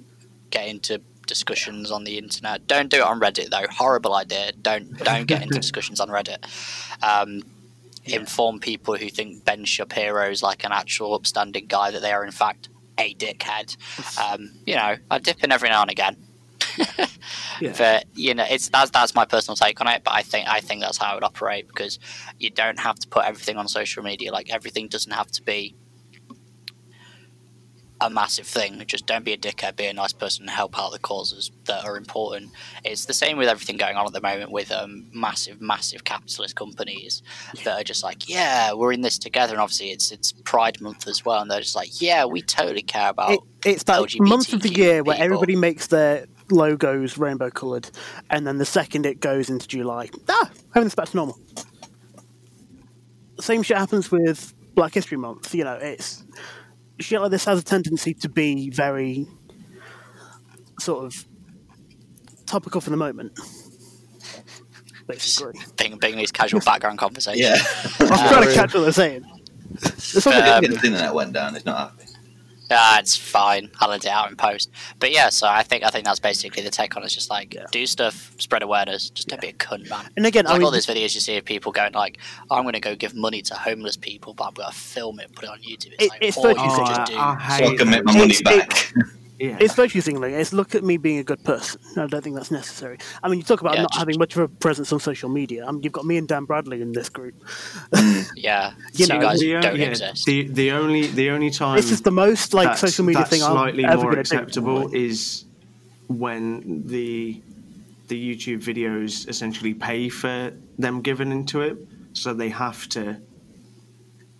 get into discussions on the internet. Don't do it on Reddit though. Horrible idea. Don't don't get into discussions on Reddit. Um, Inform people who think Ben Shapiro is like an actual upstanding guy that they are in fact a dickhead. Um, you know, I dip in every now and again. Yeah. But you know, it's that's that's my personal take on it. But I think I think that's how I would operate because you don't have to put everything on social media. Like everything doesn't have to be a massive thing. Just don't be a dickhead. Be a nice person and help out the causes that are important. It's the same with everything going on at the moment with um, massive, massive capitalist companies that are just like, yeah, we're in this together. And obviously, it's it's Pride Month as well, and they're just like, yeah, we totally care about. it, it's that LGBTQ month of the year where people. everybody makes their logos rainbow coloured, and then the second it goes into July, ah, everything's back to normal. Same shit happens with Black History Month. You know, it's shit like this has a tendency to be very sort of topical for the moment. Basically, Being, being these casual background conversations. Yeah, I'm trying to catch what they're saying. There's something <laughs> Um, the internet went down. It's not happening. Ah, it's fine. I'll let it out in post. But yeah, so I think I think that's basically the take on it. It's just like Yeah. do stuff, spread awareness, just don't be a cunt man. And again, It's like I mean, all these videos you see of people going like, I'm gonna go give money to homeless people, but I'm gonna film it, and put it on YouTube. It's It- like it's or you fucking could sick. just do Oh, I, I So I hate can make my It's- money it- back. Yeah. It's virtue signaling. It's look at me being a good person. I don't think that's necessary. I mean, you talk about Yeah, not just- having much of a presence on social media. I mean, you've got me and Dan Bradley in this group. Yeah, You so know, you guys the, o- don't yeah, exist. the the only the only time this is the most like that's- social media that's thing I'm slightly ever more going to acceptable is when the the YouTube videos essentially pay for them giving into it, so they have to.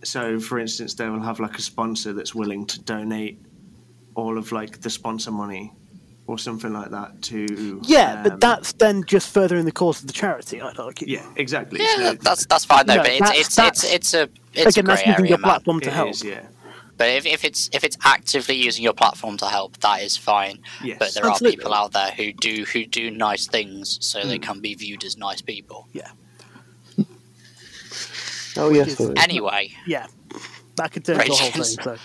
So, for instance, they will have like a sponsor that's willing to donate all of like the sponsor money or something like that to. Yeah, um, but that's then just furthering the course of the charity. I'd argue. yeah, exactly. yeah, So that- that's that's fine though. No, but it's that's- it's, that's- it's it's a it's Again, a that's grey using area, your man. platform to it help. is, yeah. But if, if it's if it's actively using your platform to help, that is fine. Yes. But there Absolutely. are people out there who do who do nice things, so Hmm. they can be viewed as nice people. Oh yes, there is. Anyway, Yeah, that could turn into a whole thing. Racist. So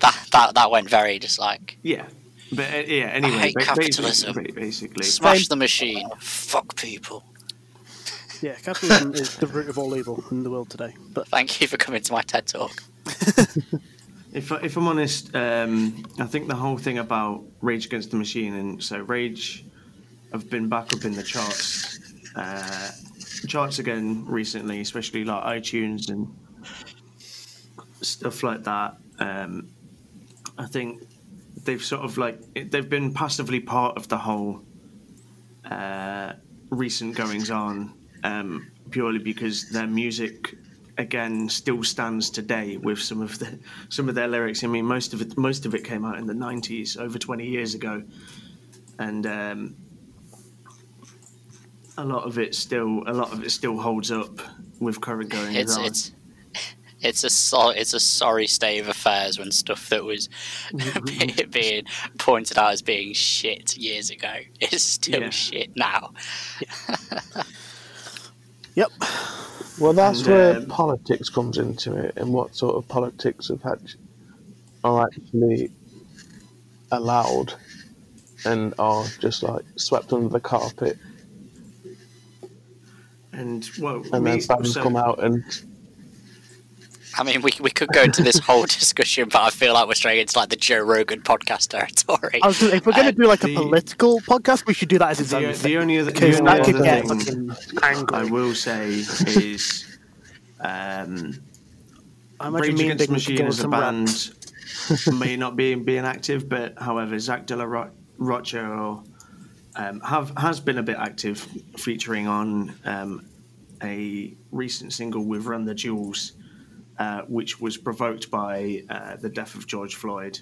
that that, that went very just like Yeah. But uh, yeah, anyway, hate ba- capitalism. Basically, basically. smash Same. the machine, fuck people. yeah, capitalism is the root of all evil in the world today. But Thank you for coming to my TED talk. If, I- if I'm honest, um, I think the whole thing about Rage Against the Machine, and so Rage have been back up in the charts, uh, charts again recently, especially like iTunes and stuff like that. Um, I think they've sort of like it, they've been passively part of the whole uh, recent goings on um, purely because their music again still stands today with some of the some of their lyrics. I mean, most of it most of it came out in the '90s, over 20 years ago, and um, a lot of it still a lot of it still holds up with current goings It's on. it's it's a so, it's a sorry state of affairs when stuff that <laughs> was <laughs> being pointed out as being shit years ago is still Yeah. shit now. yep, Well, that's And, where um, politics comes into it, and what sort of politics have actually, are actually allowed, and are just like swept under the carpet, and well, and me, then fans so- come out and I mean, we, we could go into this whole <laughs> discussion, but I feel like we're straying into like the Joe Rogan podcast territory. I was gonna, if we're going to Uh, do like a the- political podcast, we should do that as its The, own the thing. only other, the Because only that other could get thing- fucking I angry. will say is um, I imagine Rage me and Against the Big Nick could Machine go on as a some rant. band <laughs> may not be being active, but however, Zach De La Ro- Rocha or, um, have has been a bit active, featuring on um, a recent single with Run the Jewels, uh, which was provoked by uh, the death of George Floyd,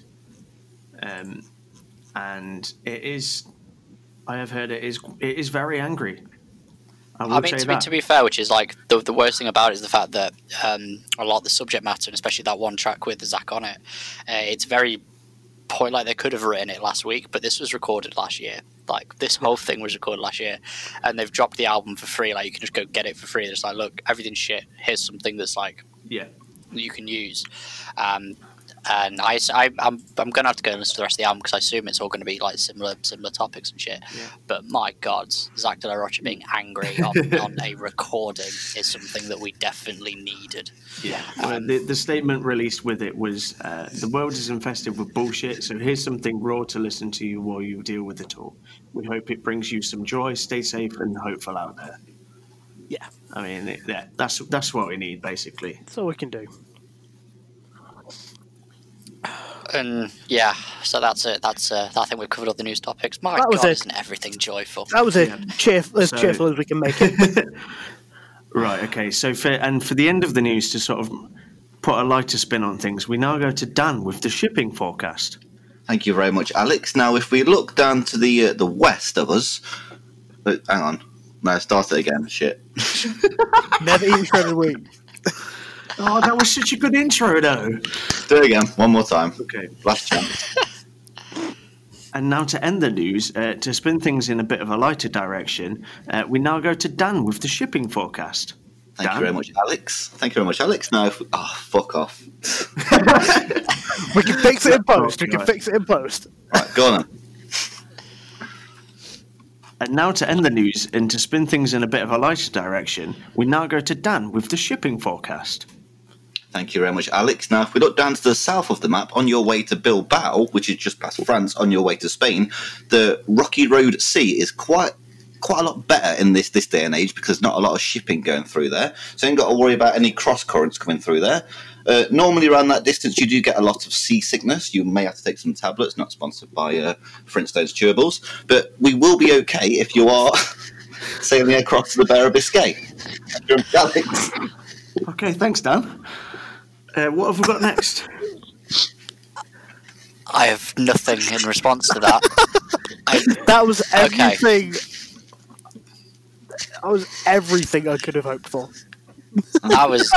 um, and it is. I have heard it is it is very angry. I, will I mean, say to be, that. to be fair, which is like the, the worst thing about it is the fact that um, a lot of the subject matter, and especially that one track with Zach on it, uh, it's very point like they could have written it last week, but this was recorded last year. Like this whole thing was recorded last year, and they've dropped the album for free. Like you can just go get it for free. They're just like, look, everything's shit. Here's something that's like yeah. that you can use. Um, and I, am I'm, I'm going to have to go and listen to the rest of the album because I assume it's all going to be like similar, similar topics and shit. Yeah. But my God, Zach De La Rocha being <laughs> angry on, on a recording is something that we definitely needed. Yeah. Well, Uh, the, the statement released with it was uh, the world is infested with bullshit, so here's something raw to listen to you while you deal with it all. We hope it brings you some joy. Stay safe and hopeful out there. Yeah, I mean, it- yeah, that's that's what we need basically. that's all we can do. And yeah, so that's it. That's uh, I think we've covered all the news topics. My That was God, it. isn't everything joyful? That was it. Yeah. Cheerf- as So- cheerful as we can <laughs> make it. Right. Okay. So for and for the end of the news to sort of put a lighter spin on things, we now go to Dan with the shipping forecast. Thank you very much, Alex. Now, if we look down to the uh, the west of us, uh, hang on. No, start it again. Shit. Never eat shredded every week. Oh, that was such a good intro, though. Do it again. One more time. Okay. Last chance. And now to end the news, uh, to spin things in a bit of a lighter direction, uh, we now go to Dan with the shipping forecast. Thank Dan? you very much, Alex. Thank you very much, Alex. Now, if we, oh, fuck off. We can fix it in post. We Oh, can God. fix it in post. Right, go on. Then. And Uh, now to end the news and to spin things in a bit of a lighter direction, we now go to Dan with the shipping forecast. Thank you very much, Alex. Now, if we look down to the south of the map, on your way to Bilbao, which is just past France, on your way to Spain, the rocky road sea is quite quite a lot better in this this day and age because not a lot of shipping going through there. So you ain't got to worry about any cross currents coming through there. Uh, normally around that distance, you do get a lot of seasickness. You may have to take some tablets. Not sponsored by uh, Flintstones Chewables, but we will be okay if you are <laughs> sailing across the Bay of Biscay. Alex. Okay, thanks, Dan. Uh, what have we got <laughs> next? I have nothing in response <laughs> to that. I, That was Okay. everything. That was everything I could have hoped for. I was.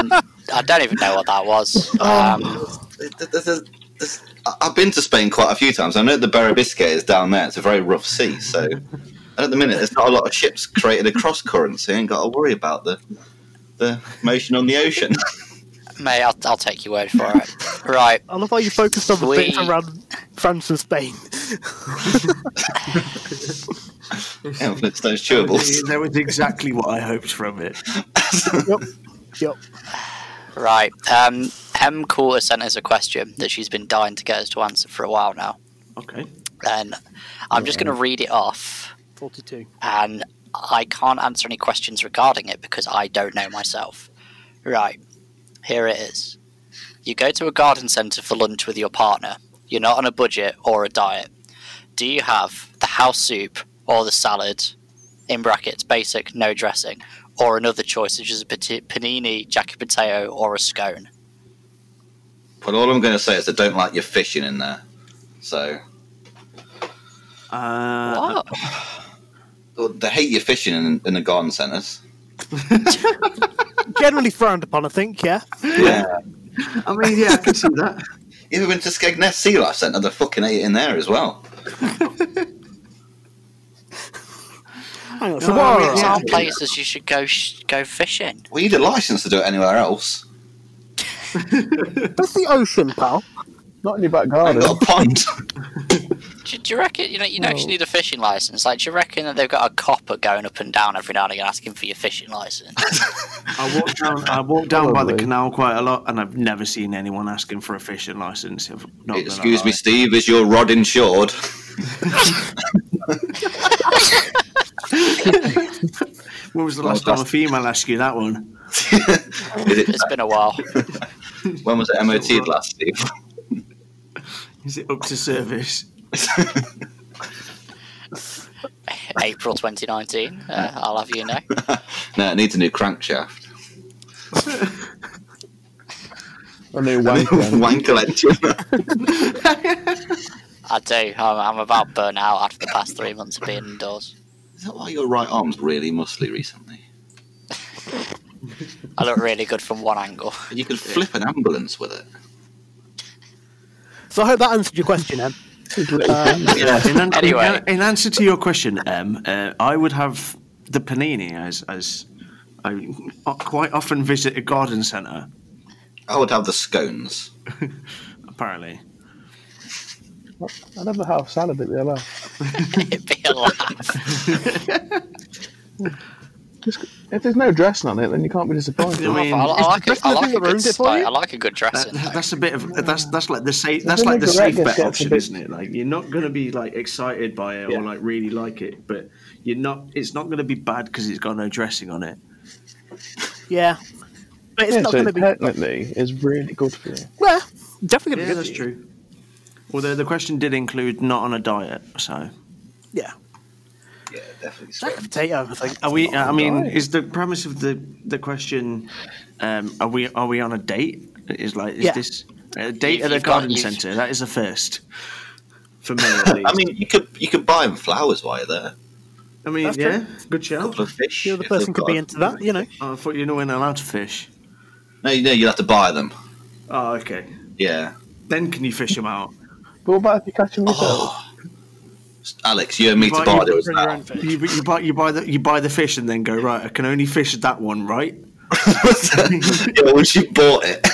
I don't even know what that was. Oh. Um, Th- th- th- th- I- I've been to Spain quite a few times. I know the Berry Biscay is down there. It's a very rough sea, so and at the minute there's not a lot of ships created across currents. So you ain't got to worry about the the motion on the ocean. <laughs> May Um, I'll, I'll take your word for it. Right. I love how you focused on the bits Sweet. around France and Spain. yeah, it's those chewables. that was exactly what I hoped from it. Yep. Yep. Right. Um, M. Quarter sent us a question that she's been dying to get us to answer for a while now. Okay. And I'm just going to read it off, 42. and I can't answer any questions regarding it because I don't know myself. Right. Here it is. You go to a garden centre for lunch with your partner. You're not on a budget or a diet. Do you have the house soup or the salad, in brackets, basic, no dressing, or another choice such as a pati- panini, jacket potato, or a scone? But all I'm going to say is I don't like your fishing in there. So Uh, What? they hate your fishing in, in the garden centres. Generally frowned upon, I think, yeah. Yeah. I mean, yeah, I can see that. You ever been to Skegness Sea Life Centre? They fucking hate it in there as well. Hang on. No, So, what are I mean, our There yeah. are examples? places you should go sh- go fishing. We need a license to do it anywhere else. That's the ocean, pal. Not in your back I <laughs> garden. got a pond. Do, do you reckon you know you don't actually Well- need a fishing license? Like, do you reckon that they've got a copper going up and down every now and again asking for your fishing license? <laughs> I walk down, I walk down by the Probably. canal quite a lot, and I've never seen anyone asking for a fishing license. if- not gonna Excuse me, lie. Steve, is your rod insured? When was the last Well, time a female asked you that one? <laughs> Is it, it's been a while. <laughs> when was it MOT'd last, Steve? Is it up to service? April 2019. Uh, I'll have you know. no, it needs a new crankshaft. A new wanker. Wine <laughs> collection. I do. I'm, I'm about burnt out after the past three months of being indoors. Is that why your right arm's really muscly recently? I look really good from one angle. <laughs> You could flip an ambulance with it. So I hope that answered your question, Uh, Em. In, an- Anyway. in, in answer to your question, Em, uh, I would have the panini as as I o- quite often visit a garden centre. I would have the scones. Apparently, I'd have a half salad at the LL. It'd be a laugh. If there's no dressing on it, then you can't be disappointed. I I, mean, I like a, dressing I the like thing a that ruins it good for like, you? I like a good dressing. That- though. that's a bit of that's that's like the safe The that's like the vinegar safe egg bet gets option, a bit- isn't it? Like you're not going to be like excited by it or Yeah. like really like it, but you're not. It's not going to be bad because it's got no dressing on it. Yeah. But it's yeah, not so going to be. technically, it's really good for you. Well, definitely Yeah, going to be good. that's for you. true. Although the question did include not on a diet, so Yeah. Yeah, definitely. Jack and potato, I think. are we? I mean, is the premise of the the question? Um, are we are we on a date? Is like is Yeah. this a date You've- at a you've got- garden you've- centre? That is a first for me. At least. I mean, you could you could buy them flowers while you're there. I mean, That's yeah, good shout. couple of fish. The other if oh person they've got could be a- into that, you know. Oh, I thought you weren't allowed to fish. No, you know, you'd have to buy them. Oh, okay. Yeah. Then can you fish them out? But what about if you catch them yourself? Oh. Alex, you and me to Right, buy you those Bring your now. own fish. <laughs> You, you buy you buy the you buy the fish and then go right. I can only fish that one, right? <laughs> <laughs> yeah, once you bought it. <laughs>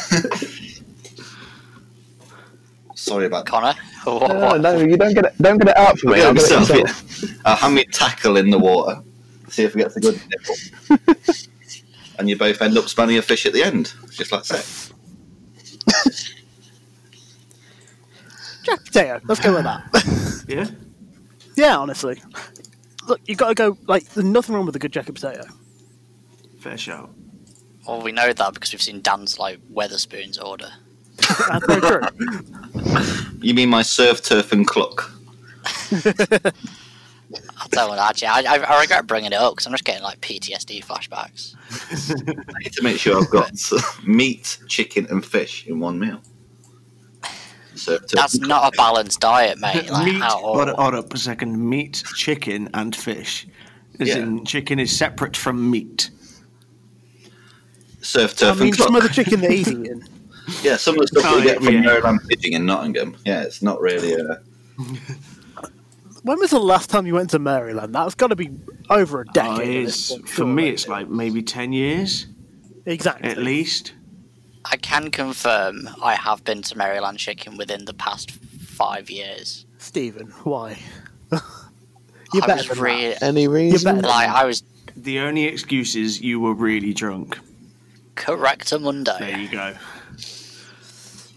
Sorry about that. Connor, <laughs> what, No, what, no, no, you don't get it. Don't get it out for me. Oh. Yeah, I'll get it myself, myself. yeah. <laughs> I'll hand me a tackle in the water. See if we get a good <laughs> nibble. and you both end up spanning a fish at the end, just like sex. Deo. Let's go with that. Yeah. yeah, honestly. Look, you got to go. Like, there's nothing wrong with a good Jacob Deo. Fair shout. Well, we know that because we've seen Dan's like Weatherspoon's order. That's very <laughs> true. You mean my surf, turf, and cluck? I tell you what, actually, I, I, I regret bringing it up because I'm just getting like PTSD flashbacks. I need to make sure I've <laughs> got meat, chicken, and fish in one meal. Surf, turf, That's and not a balanced <laughs> diet, mate. Like, meat, how? hold, hold up a second. Meat, chicken, and fish. As Yeah. in, chicken is separate from meat. cluck. surf, I turf, mean, and cluck. some of the chicken that he's eating. Yeah, some of the stuff Oh, we get yeah. from Maryland Pitching in Nottingham. Yeah, it's not really. Uh, When was the last time you went to Maryland? That's got to be over a decade. Oh, at it this is, point, for me, surely. it's like maybe 10 years exactly at least. I can confirm I have been to Maryland Chicken within the past five years. Stephen. Why? <laughs> You're I better was than really Any better reason? than- like I was The only excuse is you were really drunk. correct a Oh, There you Monday. go. that.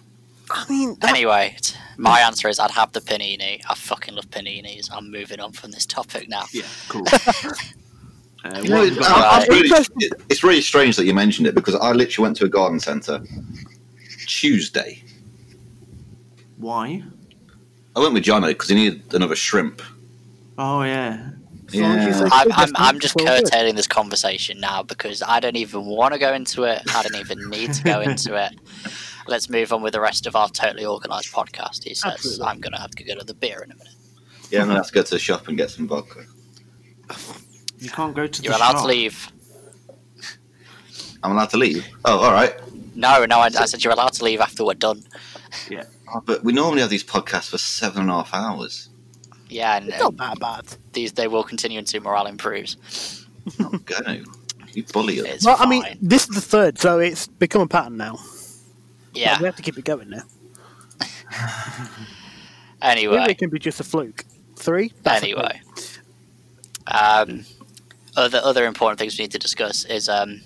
I mean, that, Anyway, t- my answer is I'd have the panini. I fucking love paninis. I'm moving on from this topic now. Yeah, <laughs> cool. Uh, you know, what- it's, I- I'm Right. really, it's really strange that you mentioned it because I literally went to a garden centre Tuesday. why? I went with Jono because he needed another shrimp. Oh, yeah. as long as you say Yeah. I'm, good, I'm, that's I'm just all good. curtailing this conversation now because I don't even want to go into it. I don't even need to go into <laughs> it. Let's move on with the rest of our totally organised podcast. He says, Absolutely. I'm going to have to get another beer in a minute. Yeah, I'm gonna have to go to the shop and get some vodka. You can't go to the You're allowed shop. to leave. I'm allowed to leave. Oh, all right. No, no, I, I said you're allowed to leave after we're done. Yeah. But we normally have these podcasts for seven and a half hours. Yeah, and It's uh, not that bad. these they will continue until morale improves. Go. You bully us. It's well, fine. I mean, this is the third, so it's become a pattern now. yeah. Like, we have to keep it going now. Maybe Anyway, it can be just a fluke. Three. That's a anyway. Um, other other important things we need to discuss is um,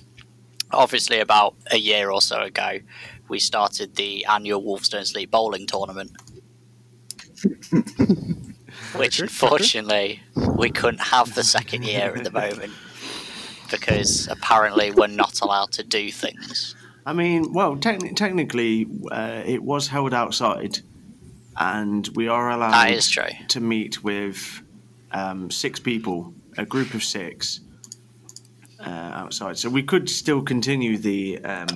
obviously about a year or so ago, we started the annual Wolfstone Sleep bowling <laughs> tournament, which unfortunately we couldn't have the second year <laughs> at the moment because apparently we're not allowed to do things. I mean, well, techni- technically, uh, it was held outside, and we are allowed Um, That is true. to meet with um, six people, a group of six, uh, outside. So we could still continue the um,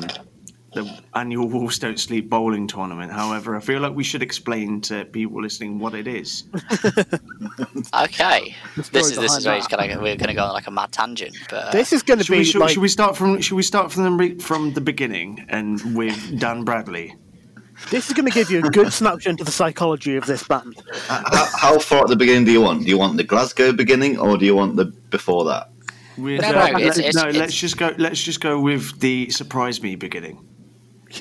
the annual <laughs> Wolves Don't Sleep bowling tournament. However, I feel like we should explain to people listening what it is. Okay, this is this behind is where he's that. gonna, we're going to go on like a mad tangent, but. uh, fluke. This is going to Should we, be should, like. should we start from Should we start from the re- from the beginning and with Dan Bradley? This is going to give you a good snapshot into the psychology of this band. How, how far at the beginning do you want? Do you want the Glasgow beginning or do you want the before that? We're, No, no, no, let- it's- it's- uh, no, it's- let's just go. Let's just go with the surprise me beginning.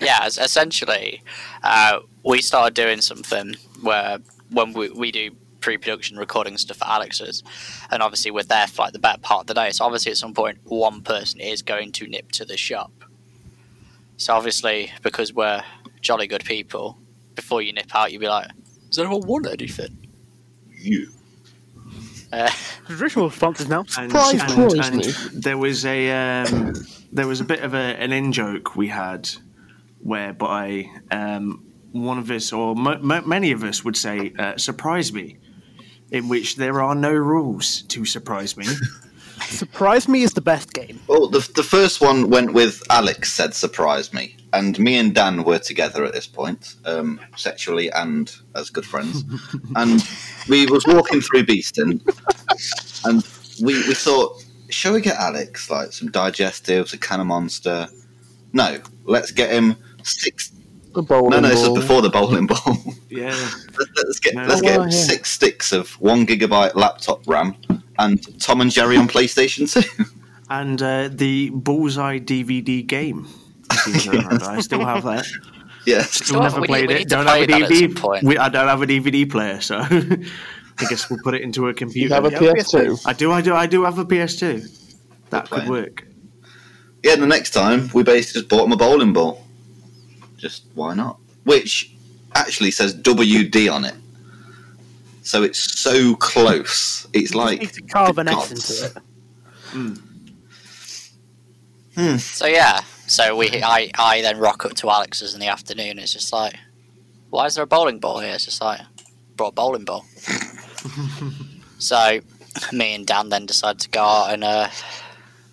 yeah, es- essentially, uh, we started doing something where when we, we do pre-production recording stuff at Alex's, and obviously we're there for like the better part of the day. So obviously, at some point, one person is going to nip to the shop. So obviously, because we're jolly good people, before you nip out, you'd be like, "Does anyone want anything?" You. Uh, Traditional responses now. And, Surprise! and- call. and there was a um, there was a bit of a, an in joke we had, whereby um, one of us or mo- mo- many of us would say uh, "surprise me," in which there are no rules to surprise <laughs> me. Surprise me is the best game. Well, the, the first one went with Alex said surprise me, and me and Dan were together at this point, um, sexually and as good <laughs> friends. and we was walking through Beeston, and we, we thought, shall we get Alex like some digestives, a can of Monster? No, let's get him six. The bowling No, no, this is ball. before the bowling ball. <laughs> yeah, let's get No. let's get Oh, yeah. six sticks of one gigabyte laptop RAM and Tom and Jerry on PlayStation Two. <laughs> and uh, the Bullseye DVD game. I still have <laughs> that. yes, Still Well, never we need- played we it. need to Don't play have a that at some DVD. point. We, I don't have a DVD player, so <laughs> I guess we'll put it into a You have computer. a PS2. I do. I do. I do have a PS2. Good That could plan. work. yeah. The next time we basically just bought him a bowling ball. Just why not? Which actually says WD on it. So it's so close. It's like need to carve an the S gods. into it. So yeah, so we I, I then rock up to Alex's in the afternoon. It's just like, why is there a bowling ball here? It's just like, brought a bowling ball. <laughs> so me and Dan then decide to go out and uh,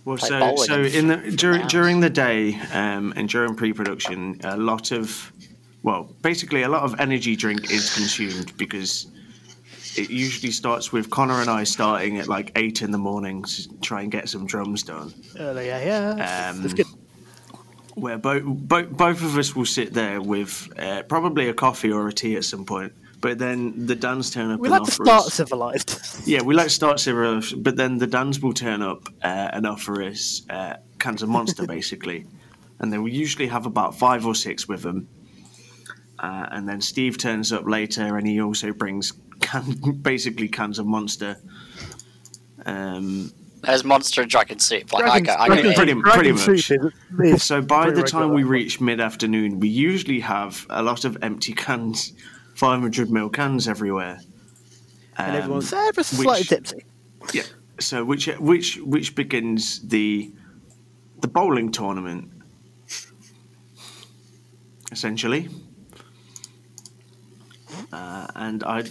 Well, Play so, bowling so and in the during hours. during the day um, and during pre-production, a lot of, well, basically a lot of energy drink is consumed because it usually starts with Connor and I starting at like eight in the morning to try and get some drums done. Earlier, yeah. Um, That's good. Where both bo- both of us will sit there with uh, probably a coffee or a tea at some point, but then the Dan's turn up. We and like to offer start us- civilized. yeah, we like start zero, but then the Duns will turn up uh, and offer us uh, cans of <laughs> Monster, basically. And they will usually have about five or six with them. Uh, and then Steve turns up later and he also brings can- <laughs> basically cans of Monster. Um, there's Monster and Dragon Soup. Like Dragon- I go, I Dragon go in. pretty- Dragon pretty much. Soup is- is so by pretty the time regular. we reach mid afternoon, we usually have a lot of empty <laughs> cans, 500 ml cans everywhere. and Um, everyone's ever so which- slightly tipsy. Yeah. So which which which begins the the bowling tournament essentially. Uh, and I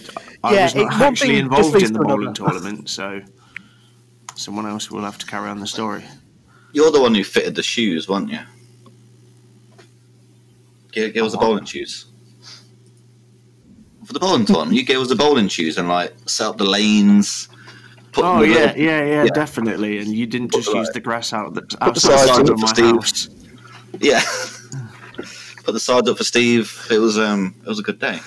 I Yeah, was it- not one actually thing involved just in the leads to bowling another. tournament, so someone else will have to carry on the story. You're the one who fitted the shoes, weren't you? Gave, gave us the bowling shoes. For the bowling tournament, you gave us the bowling shoes and like set up the lanes. Put Oh the yeah, little- yeah, yeah, yeah. definitely. And you didn't just Right. use the grass out that the sides up outside of for my Steve. house. yeah. <laughs> Put the sides up for Steve. It was um, it was a good day.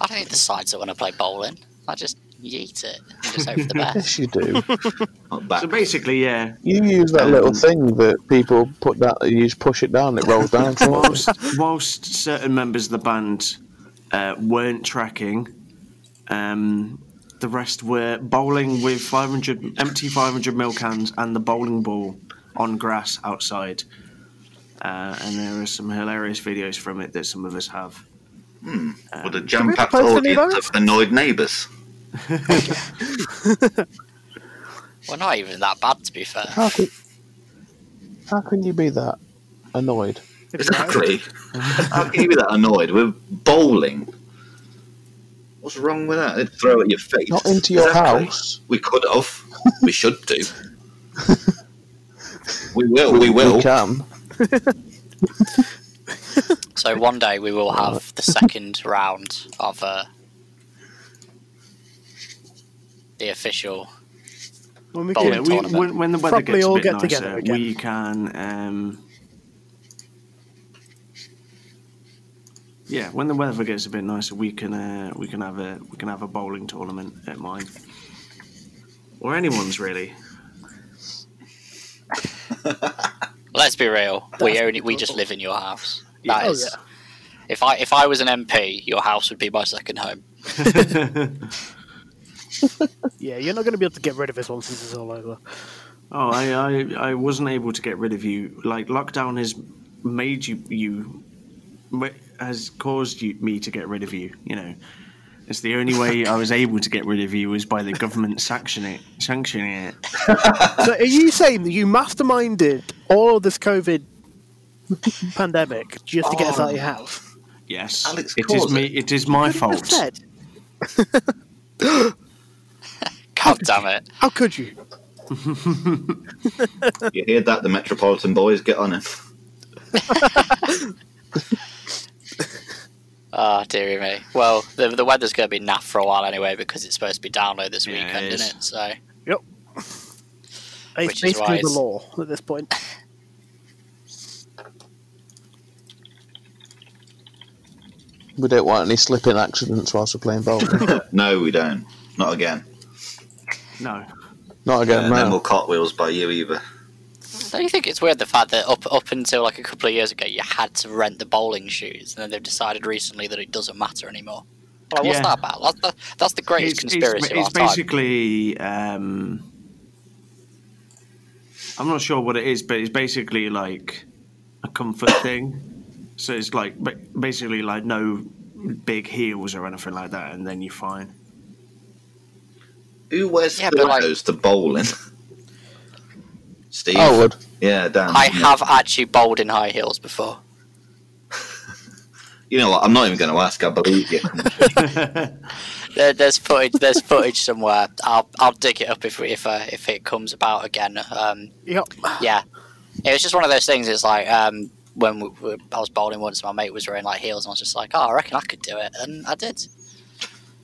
I don't need the sides that when I play bowling. I just yeet it and just hope for <laughs> the best. Yes, <laughs> you do. Not bad. So basically, yeah, You use that little Um, thing that people put that you just push it down, it rolls down. for you. whilst, whilst certain members of the band uh, weren't tracking, um, the rest were bowling with 500 empty 500 mil cans and the bowling ball on grass outside. Uh, and there are some hilarious videos from it that some of us have. With Um, a jam-packed post any of audience those? of annoyed <laughs> neighbours. We're not even that bad to be fair. How can, how can you be that annoyed? <laughs> Exactly. How can you be that annoyed? We're bowling. What's wrong with that? They'd throw it at your face. Not into your Exactly. house. We could have. We should <laughs> do. we will. We will. You can. So one day we will have the second round of uh, the official. When we Bowling Yeah, get- we, tournament. when, when the weather Probably gets a all bit get nicer, together again. we can. Um, yeah, when the weather gets a bit nicer, we can uh, we can have a we can have a bowling tournament at mine, or anyone's really. Let's be real. we only we just live in your house. That Oh, is. If I if I was an MP, your house would be my second home. <laughs> yeah, you're not going to be able to get rid of this once this is all over. Oh, I, I I wasn't able to get rid of you. Like lockdown has made you you ma- has caused you me to get rid of you. You know, it's the only way I was able to get rid of you was by the government sanctioning sanctioning it. So are you saying that you masterminded all of this COVID <laughs> pandemic just to get us out of your house? Yes, Alex it caused is me. It is my Could have just fault. said, God damn it! How could you? You hear that? The Metropolitan boys get on it. <laughs> Ah, dearie me. Well, the, the weather's going to be naff for a while anyway because it's supposed to be down low this Yeah, it weekend, is. isn't it? So It's Which is basically wise. the law at this point. We don't want any slipping accidents whilst we're playing <laughs> bowling. No, we don't. Not again. No, Not again, And no. no more cartwheels by you either. don't you think it's weird the fact that up up until like a couple of years ago you had to rent the bowling shoes, and then they've decided recently that it doesn't matter anymore. Like, what's Yeah. that about? That's the, that's the greatest conspiracy It's, of our time. basically. Um, I'm not sure what it is, but it's basically <coughs> like a comfort thing. So it's like ba- basically like no big heels or anything like that, and then you're fine. Who wears Yeah, but, like- stilettos to bowling? <laughs> Steve. I would. Yeah, Dan. I you know- have actually bowled in high heels before. You know what? I'm not even going to ask. I believe you. There, there's footage. There's footage somewhere. I'll I'll dig it up if we, if uh, if it comes about again. Um, Yep. yeah, it was just one of those things. It's like um, when we, we, I was bowling once, my mate was wearing like heels, and I was just like, oh, I reckon I could do it, and I did.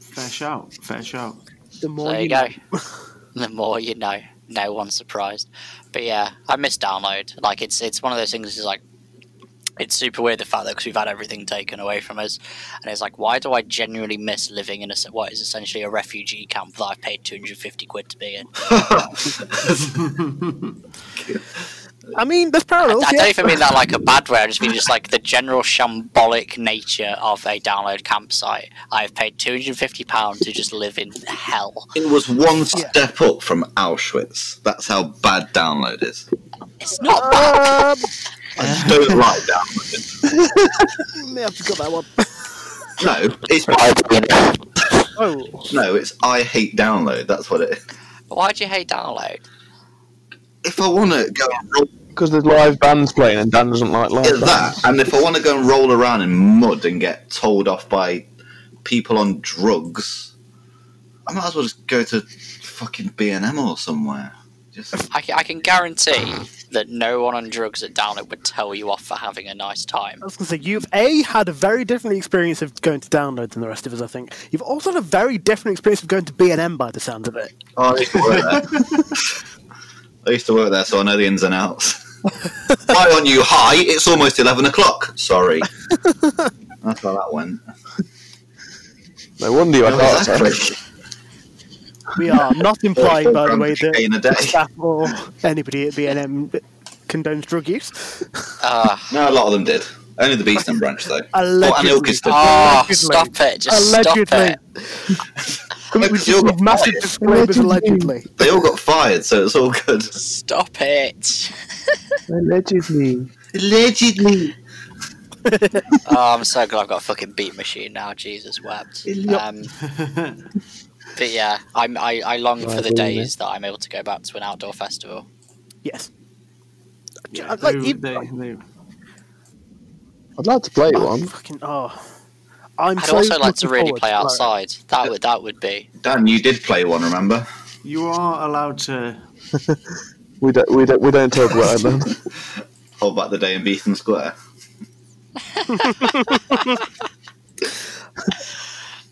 Fair shout. Fair shout. The more there you, you know. go. <laughs> the more you know. No one's surprised. But yeah, I miss download. Like it's it's one of those things. Is like it's super weird the fact that because we've had everything taken away from us, and it's like why do I genuinely miss living in a s- what is essentially a refugee camp that I've paid two hundred fifty quid to be in? Oh, I mean, there's parallels. I yeah. don't even mean that like a bad way. I just mean just like the general shambolic nature of a download campsite. I've paid two hundred fifty pounds to just live in hell. it was one step up from Auschwitz. That's how bad download is. It's not Um, bad. I just don't like download. may have to cut that one. No, it's Oh, no, it's I hate download. That's what it is. Why do you hate download? If I want to go and roll Because there's live bands playing, and Dan doesn't like live at that, and if I want to go and roll around in mud and get told off by people on drugs, I might as well just go to fucking B and M or somewhere. Just I, ca- I can guarantee that no one on drugs at Download would tell you off for having a nice time. <laughs> I was going to say, you've A, had a very different experience of going to download than the rest of us, I think. You've also had a very different experience of going to B&M by the sound of it. Oh, I used to work there. I used to work there, so I know the ins and outs. Why on you high? It's almost eleven o'clock. Sorry. That's how that went. No wonder you had heart Exactly. attack. We <laughs> are not implying, by the way, In a that day. staff or anybody at B&M condones drug use. Uh, No, a lot of them did. Only the Beeston branch, though. Oh, and <laughs> Allegedly. Ilkeston. oh, Allegedly. stop it. Just <laughs> stop Allegedly. it. Yeah, 'cause they all got Massive fired. disclaimers, allegedly. They all got fired, so it's all good. Stop it. Allegedly. Allegedly. <laughs> Oh, I'm so glad I've got a fucking beat machine now. Jesus wept. Um, but yeah, I'm, I, I long for the days that I'm able to go back to an outdoor festival. Yes. Yeah, like, they- even- they- they- I'd like to play one. Fucking, oh. I'm I'd so also like to looking really forward play tomorrow. outside. That would that would be. Dan, you did play one, remember? You are allowed to. We don't. We don't. We don't talk about it. Then. Hold back the day in Beeston Square.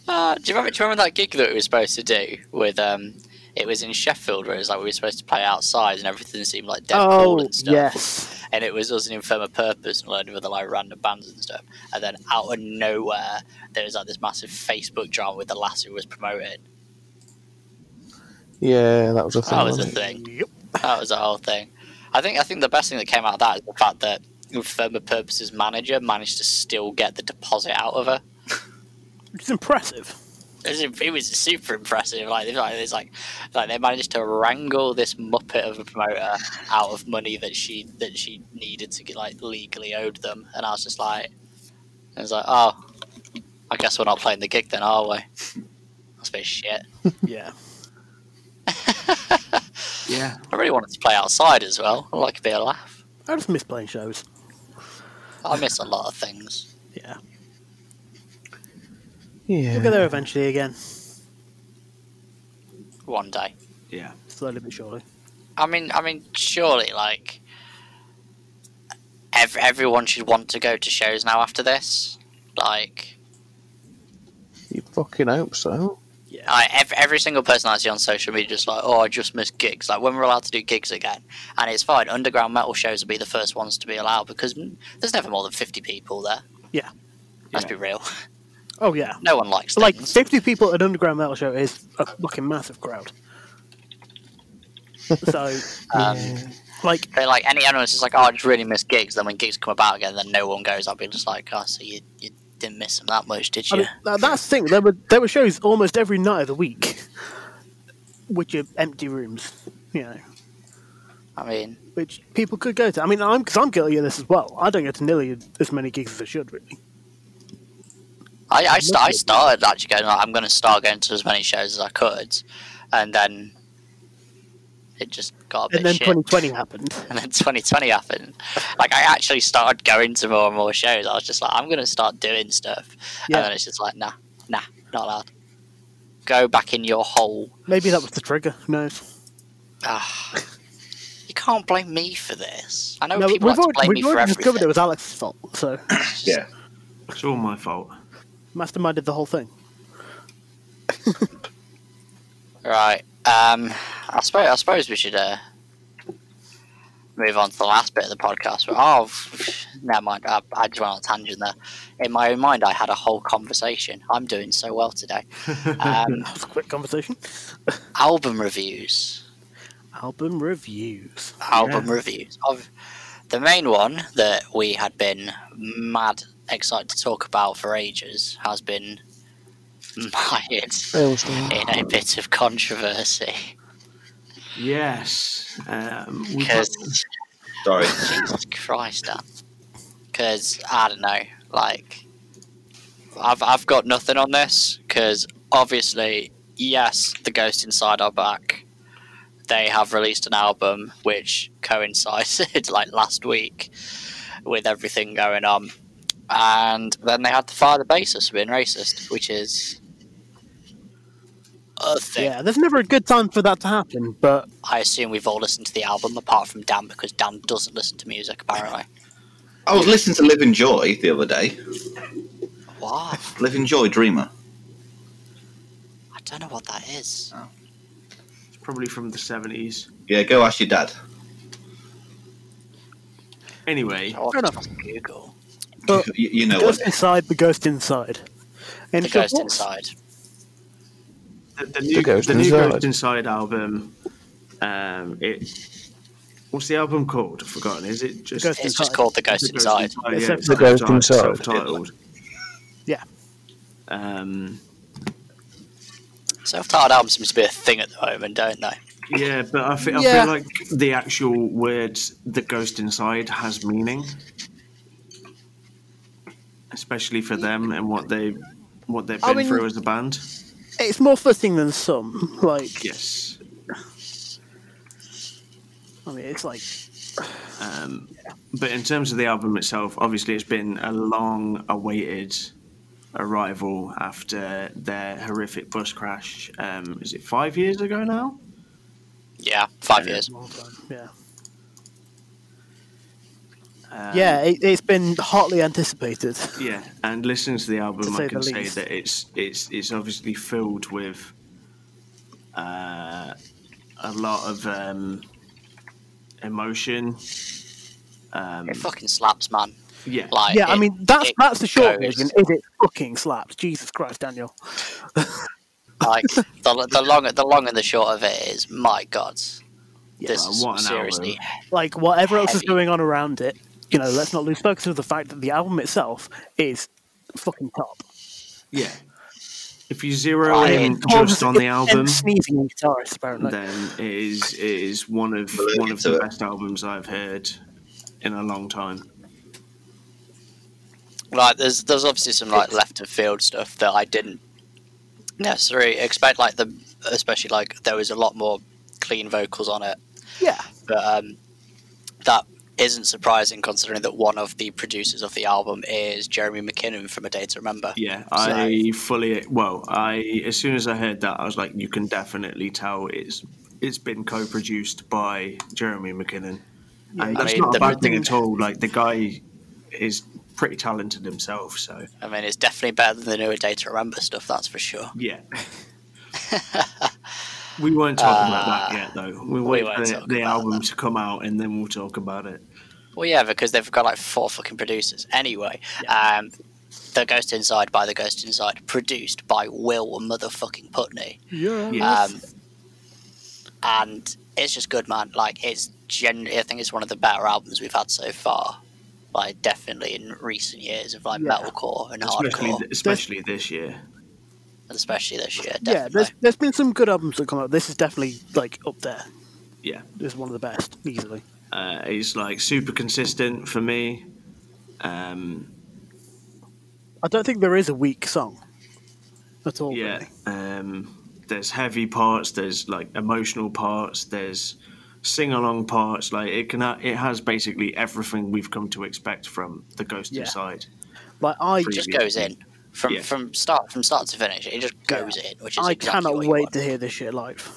Uh, do you remember? Do you remember that gig that we were supposed to do with? Um, it was in Sheffield where it was like we were supposed to play outside and everything seemed like dead cool Oh, and stuff. yes. And And it was us and Infirma Purpose and learning with the like random bands and stuff. And then out of nowhere, there was like this massive Facebook drama with the lass who was promoted. <laughs> Yeah, that was a thing. That was a wasn't it? thing. That was the whole thing. I think I think the best thing that came out of that is the fact that Infirma Purpose's manager managed to still get the deposit out of her. It's impressive. It was, it was super impressive. Like, it's like, it's like, like they managed to wrangle this muppet of a promoter out of money that she that she needed to get like legally owed them. And I was just like, I was like, oh, I guess we're not playing the gig then, are we? <laughs> That's a bit shit. Yeah. Yeah. I really wanted to play outside as well. I like a bit of laugh. I just miss playing shows. I miss a lot of things. Yeah. We'll get Yeah. there eventually again. One day. Yeah. Slowly but surely. I mean, I mean, surely, like, ev- everyone should want to go to shows now after this. Like, You fucking hope so. I, ev- every single person I see on social media just like, oh, I just missed gigs. Like, when we're allowed to do gigs again, and it's fine. Underground metal shows will be the first ones to be allowed because mm, there's never more than fifty people there. Yeah. Let's Yeah. be real. <laughs> Oh, yeah. No one likes So, like, things. 50 people at an underground metal show is a fucking massive <laughs> crowd. so, Um, like, They like any animals just like, oh, I just really miss gigs. Then when gigs come about again, then no one goes. I'll be just like, oh, so you, you didn't miss them that much, did I you? mean, tha- that's the thing. There were there were shows almost every night of the week, which are empty rooms, you know, I mean, which people could go to. I mean, I'm because I'm guilty of this as well. I don't go to nearly as many gigs as I should, really. I, I, st- I started actually going, "Oh, I'm going to start going to as many shows as I could. And then it just got a bit and then shit. 2020 happened. <laughs> and then 2020 happened. Like, I actually started going to more and more shows. I was just like, I'm going to start doing stuff. Yeah. And then it's just like, nah, nah, not allowed. Go back in your hole. Maybe that was the trigger. Who knows? Ah. you can't blame me for this. I know No, we've people like to already, blame me we've for already everything. discovered it was Alex's fault. So Yeah. It's all my fault. masterminded the whole thing. Right. Um, I suppose I suppose we should uh, move on to the last bit of the podcast. But, oh, f- never mind. I, I just went on a tangent there. In my own mind, I had a whole conversation. I'm doing so <laughs> well today. Um, That was a quick conversation. album reviews. Album reviews. Album reviews. Of the main one that we had been mad excited to talk about for ages has been <laughs> mired Hailstorm. in a bit of controversy. Yes. Um, we've got- Because Sorry. Jesus Christ, Dan. Because I don't know, like, I've I've got nothing on this because obviously, yes, the Ghost Inside are back. They have released an album which <laughs> coincided like last week with everything going on, and then they had to fire the bassist for being racist, which is a thing. Yeah, there's never a good time for that to happen, but I assume we've all listened to the album apart from Dan because Dan doesn't listen to music apparently. I was listening to Live and Joy the other day. What? Live and Joy Dreamer. I don't know what that is. it's probably from the 70s. Yeah, go ask your dad. Anyway, I'll Fair have to enough. Google. but <laughs> You, you know what? ghost inside the ghost inside. And The if you're- Ghost Inside. the, the new, the Ghost new Inside. Ghost Inside album. Um, it. What's the album called? I've forgotten. Is it just Ghost It's Inside. just called The The Ghost Ghost Inside. yeah, Except it's The Ghost Inside. Self-titled. Yeah. Um, Self-titled albums seem to be a thing at the moment, don't they? yeah, but I, fe- I Yeah. feel like the actual word "the ghost inside" has meaning, especially for them and what they what they've I been mean- through as a band. It's more fitting than some. Like, Yes. I mean, it's like Um, But in terms of the album itself, obviously it's been a long awaited arrival after their horrific bus crash. Um, is it five years ago now? Yeah, five Yeah. years. long time. Yeah, Um, yeah. It, it's been hotly anticipated. Yeah, and listening to the To album, say I can the say least. that it's it's it's obviously filled with uh, a lot of um, emotion. Um, It fucking slaps, man. yeah, Like, yeah, I it- mean, that's it that's the short goes. version. Is it fucking slaps? Jesus Christ, Daniel. <laughs> Like the, the long the long and the short of it is, my God, Yeah, this is what an seriously. Like whatever else is Heavy. going on around it, you know, let's not lose focus of the fact that the album itself is fucking top. yeah. If you zero I in mean, just on the And album, sneezing on guitarist apparently. then it is it is one of We'll look one of into the it. best albums I've heard in a long time. Like, there's there's obviously some like left and field stuff that I didn't necessarily expect. Like the especially like there was a lot more clean vocals on it. Yeah, but um, that isn't surprising considering that one of the producers of the album is Jeremy McKinnon from A Day to Remember. Yeah, I fully well, I as soon as I heard that, I was like, you can definitely tell it's it's been co-produced by Jeremy McKinnon, and I that's mean, not the- a bad thing at all. Like the guy is pretty talented himself, so I mean, it's definitely better than the newer Day to Remember stuff, that's for sure. <laughs> yeah. we won't talk about that Uh, yet, though. We wait won't for talk the about album to come out, and then we'll talk about it. Well, yeah, because they've got like four fucking producers. Anyway, um, The Ghost Inside by The Ghost Inside, produced by Will motherfucking Putney. yeah. Yes. Um, and it's just good, man. Like it's gen. I think it's one of the better albums we've had so far. Like definitely in recent years of like Yeah. metalcore and especially hardcore, especially this year. especially this year. yeah. Definitely. There's there's been some good albums that come out. This is definitely like up there. Yeah. This is one of the best easily. Uh, he's like super consistent for me. Um, I don't think there is a weak song at all. yeah Oh, really. um, there's heavy parts there's like emotional parts there's sing-along parts like it can ha- it has basically everything we've come to expect from the ghost Yeah. side Like I, It just Yeah. goes in from Yeah. from start from start to finish. It just goes in, which is I exactly cannot what you wait want. to hear this shit live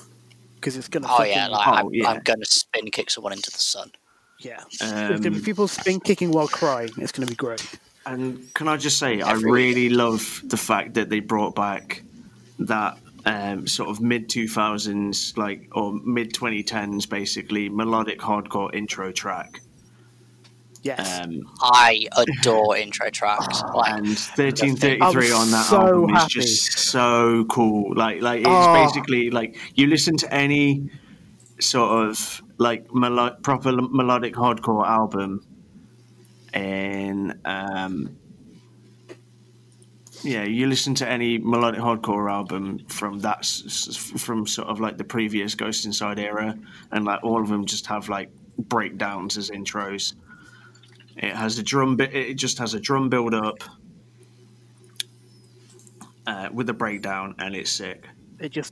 because it's gonna. Oh fucking, yeah, like, Oh, I'm, yeah. I'm gonna spin kick someone into the sun. yeah. Um, It's gonna be people spin kicking while crying. It's gonna be great. and can i just say Every- i really love the fact that they brought back that um, sort of mid 2000s like or mid 2010s basically melodic hardcore intro track Yes. um, I adore intro tracks. Oh, Like and 1333 I'm on that so album happy. is just so cool like like it's Oh. basically like you listen to any sort of like melo- proper l- melodic hardcore album and um yeah you listen to any melodic hardcore album from that s- s- from sort of like the previous ghost inside era and like all of them just have like breakdowns as intros it has a drum bit. It just has a drum build up uh, with a breakdown, and it's sick. it just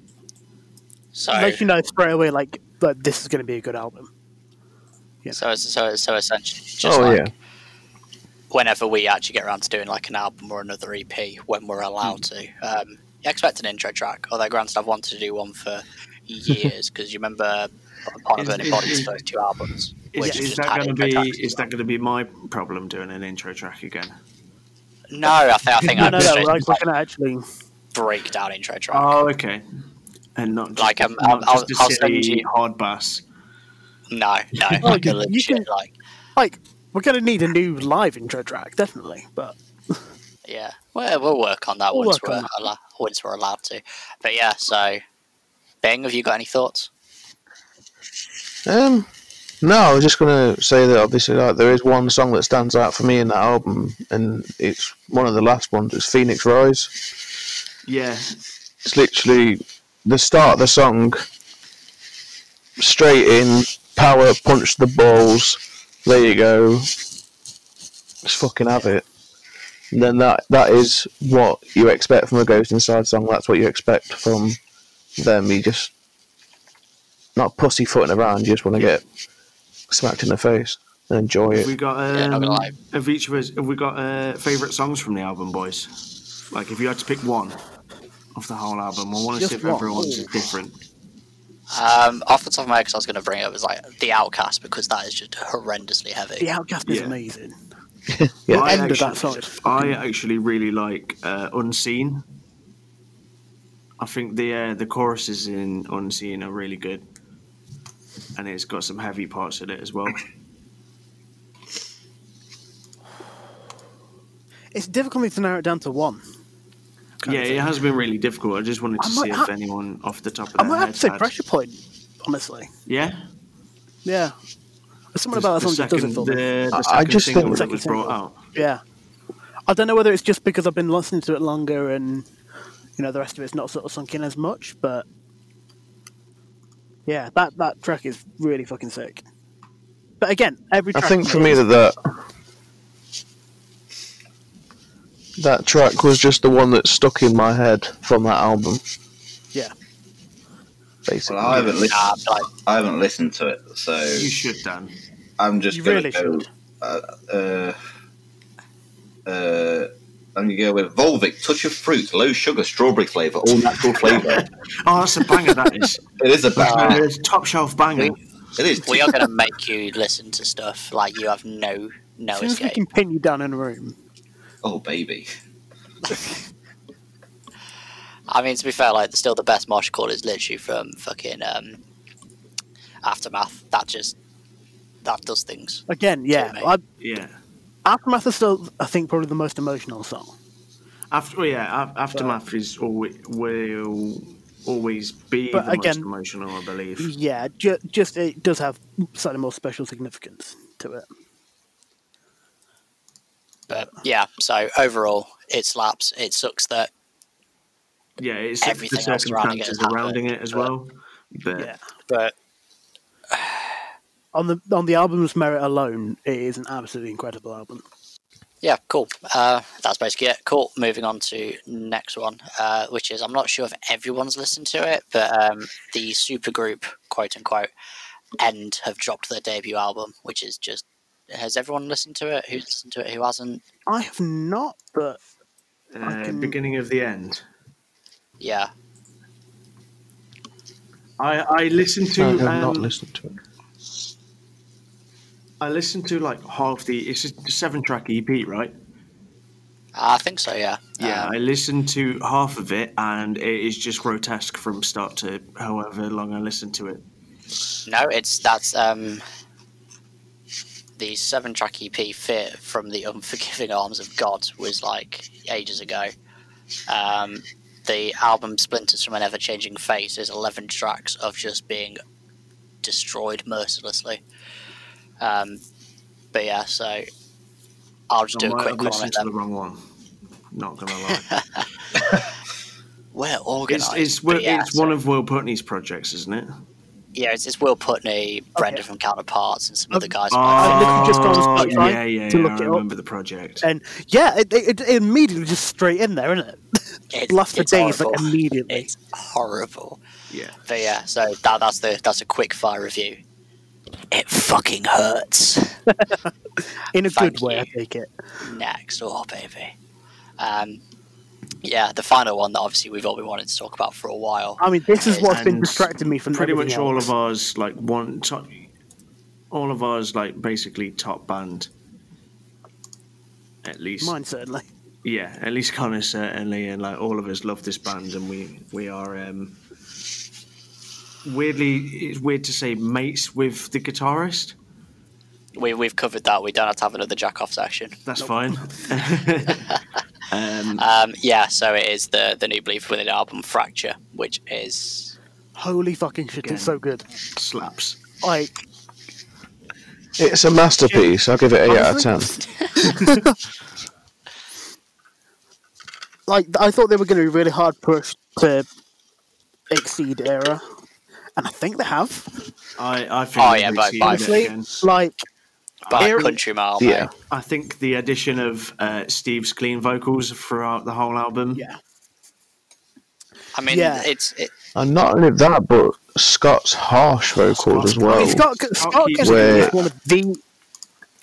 so, lets you know straight away, like, like this is gonna be a good album. so it's- so so essentially, it's just Oh like yeah, whenever we actually get around to doing like an album or another EP, when we're allowed Hmm. to, um, you expect an intro track. Although, granted, I've wanted to do one for <laughs> years because you remember Upon a Is- Burning is- Body's is- first two albums. Is, which is just that had going to intro be? tracks as Is well. that going to be my problem doing an intro track again? No, I think I think No, I'm no, no. just Like, we're like, gonna actually. break down intro track. Oh, okay. And not just, Like, um, not I'll- just a I'll silly send you- hard bass. no, no, <laughs> Oh, like a you- you legit can- like Like, we're gonna need a new live intro track, definitely. But Yeah, well, we'll work on that We'll once work we're on that. allo- once we're allowed to. But yeah, so Bing, have you got any thoughts? Um, no, I was just gonna say that obviously, like there is one song that stands out for me in that album, and it's one of the last ones. It's Phoenix Rise. Yeah, It's literally the start of the song, straight in, power punch the balls. There you go. Just fucking have it. And then that that is what you expect from a Ghost Inside song. That's what you expect from them. You just not pussyfooting around. You just want to get smacked in the face and enjoy have we it. got Yeah, not um, gonna lie. of each of us. Have we got uh, favorite songs from the album, boys? Like, if you had to pick one of the whole album, I want to Just see if one. everyone's Ooh. is different. Um, off the top of my head, 'cause I was going to bring it up, was like the Outcast because that is just horrendously heavy. the Outcast is Yeah. amazing. Yeah. The I end of that actually- song is I actually really like uh, Unseen. I think the uh, the choruses in Unseen are really good, and it's got some heavy parts in it as well. It's difficult to narrow it down to one. yeah, it has been really difficult. I just wanted to I see might if have- anyone off the top of I their might have head to say had- pressure point, honestly. Yeah, Yeah. There's something The- about the that song that does it second, for the, me. the I- I second just single think- that was Second brought out. Yeah. I don't know whether it's just because I've been listening to it longer and you know the rest of it's not sort of sunk in as much, but yeah, that that track is really fucking sick. But again, every I track think for me that that that track was just the one that stuck in my head from that album. yeah, Basically, Well, I haven't listened. Nah, Um, like I haven't listened to it, so You should, Dan. I'm just you gonna really go. should. Uh, uh, I'm gonna go with Volvic, touch of fruit, low sugar, strawberry flavour, all natural <laughs> flavour. Oh, that's a banger. That <laughs> is it is a Uh, banger. it's top shelf banger. it is. we are going to make you listen to stuff like you have no no as soon as we escape. can pin you down in a room, Oh baby. I mean, to be fair, like still the best martial call is literally from fucking um, aftermath. That just that does things. again, yeah. Yeah, I, mate. Yeah. Aftermath is still, I think, probably the most emotional song. After, well, yeah, af- aftermath is always, will always be But the again- most emotional, I believe. Yeah, ju- just it does have slightly more special significance to it. But yeah, so overall, it slaps. It sucks that Yeah, it's the Everything else circumstances surrounding surrounding it it, has happened, as but- well. But Yeah. but on the on the album's merit alone, it is an absolutely incredible album. Yeah, cool. Uh, that's basically it. Cool. Moving on to next one, uh, which is I'm not sure if everyone's listened to it, but um, the supergroup, quote unquote, End have dropped their debut album, which is just. Has everyone listened to it? Who's listened to it? Who hasn't? I have not, but I Uh, can- Beginning of the end. Yeah. I, I listened to. I have not um, listened to it. I listened to like half the. It's a seven track EP, right? Uh, I think so, yeah. Um, I listened to half of it, and it is just grotesque from start to however long I listened to it. No, it's that's um the seven track EP Fear from the Unforgiving Arms of God was like ages ago. Um, the album Splinters from an Ever Changing Face is 11 tracks of just being destroyed mercilessly. Um, but yeah, so I'll just I do a might quick have one on listened it to the then. wrong one. Not gonna lie, We're it's organised. it's, but Will- yeah, it's so- one of Will Putney's projects, isn't it? yeah, it's, it's Will Putney, Brenda from Counterparts, and some other guys. I've literally just gone on Oh, Spotify yeah, yeah, to yeah. look I it up. Uh, remember the project. and yeah, it, it, it immediately just straight in there, isn't it? It- Lasts for it's days, like horrible. immediately. It's horrible. Yeah. But yeah, so that, that's the that's a quick fire review. It fucking hurts. in a thank good way, I you. take it. Next, oh baby. Um, yeah, the final one that obviously we've all been wanting to talk about for a while. I mean, this is what's been And distracting me from Pretty much all of ours, like one top, all of ours, like basically top band. At least Mine certainly. yeah, at least Connor certainly, and like all of us love this band, and we we are um, weirdly it's weird to say mates with the guitarist. We we've covered that. We don't have to have another jack off section. That's fine. um, Um, yeah, so it is the the new Belief Within album Fracture, which is Holy fucking shit, Again. it's so good. slaps. Like, It's a masterpiece. I'll give it eight out of ten. like I thought they were going to be really hard pushed to exceed era, and I think they have. I I think Oh, yeah, we've by- seen by- it Honestly, again. like by Here- Country Mile. mate. Yeah, I think the addition of uh, Steve's clean vocals throughout the whole album. yeah, I mean, Yeah. it's it, and not only that, but Scott's harsh vocals as well. I mean, Scott Scott keep Kessler is it. one of the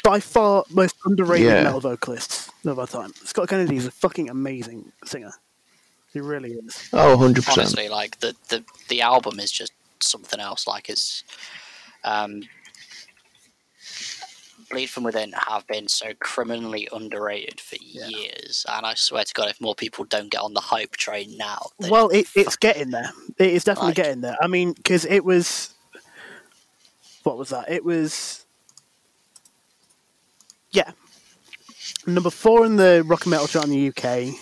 by far most underrated Yeah. metal vocalists of our time. Scott Kennedy is a fucking amazing singer. He really is. Oh, 100 percent. honestly like the, the the album is just something else like it's um bleed from within have been so criminally underrated for years and i swear to god if more people don't get on the hype train now then- Well, it, it's getting there. It is definitely Like- getting there. I mean, because it was, what was that? It was, yeah, number four in the rock and metal chart in the UK,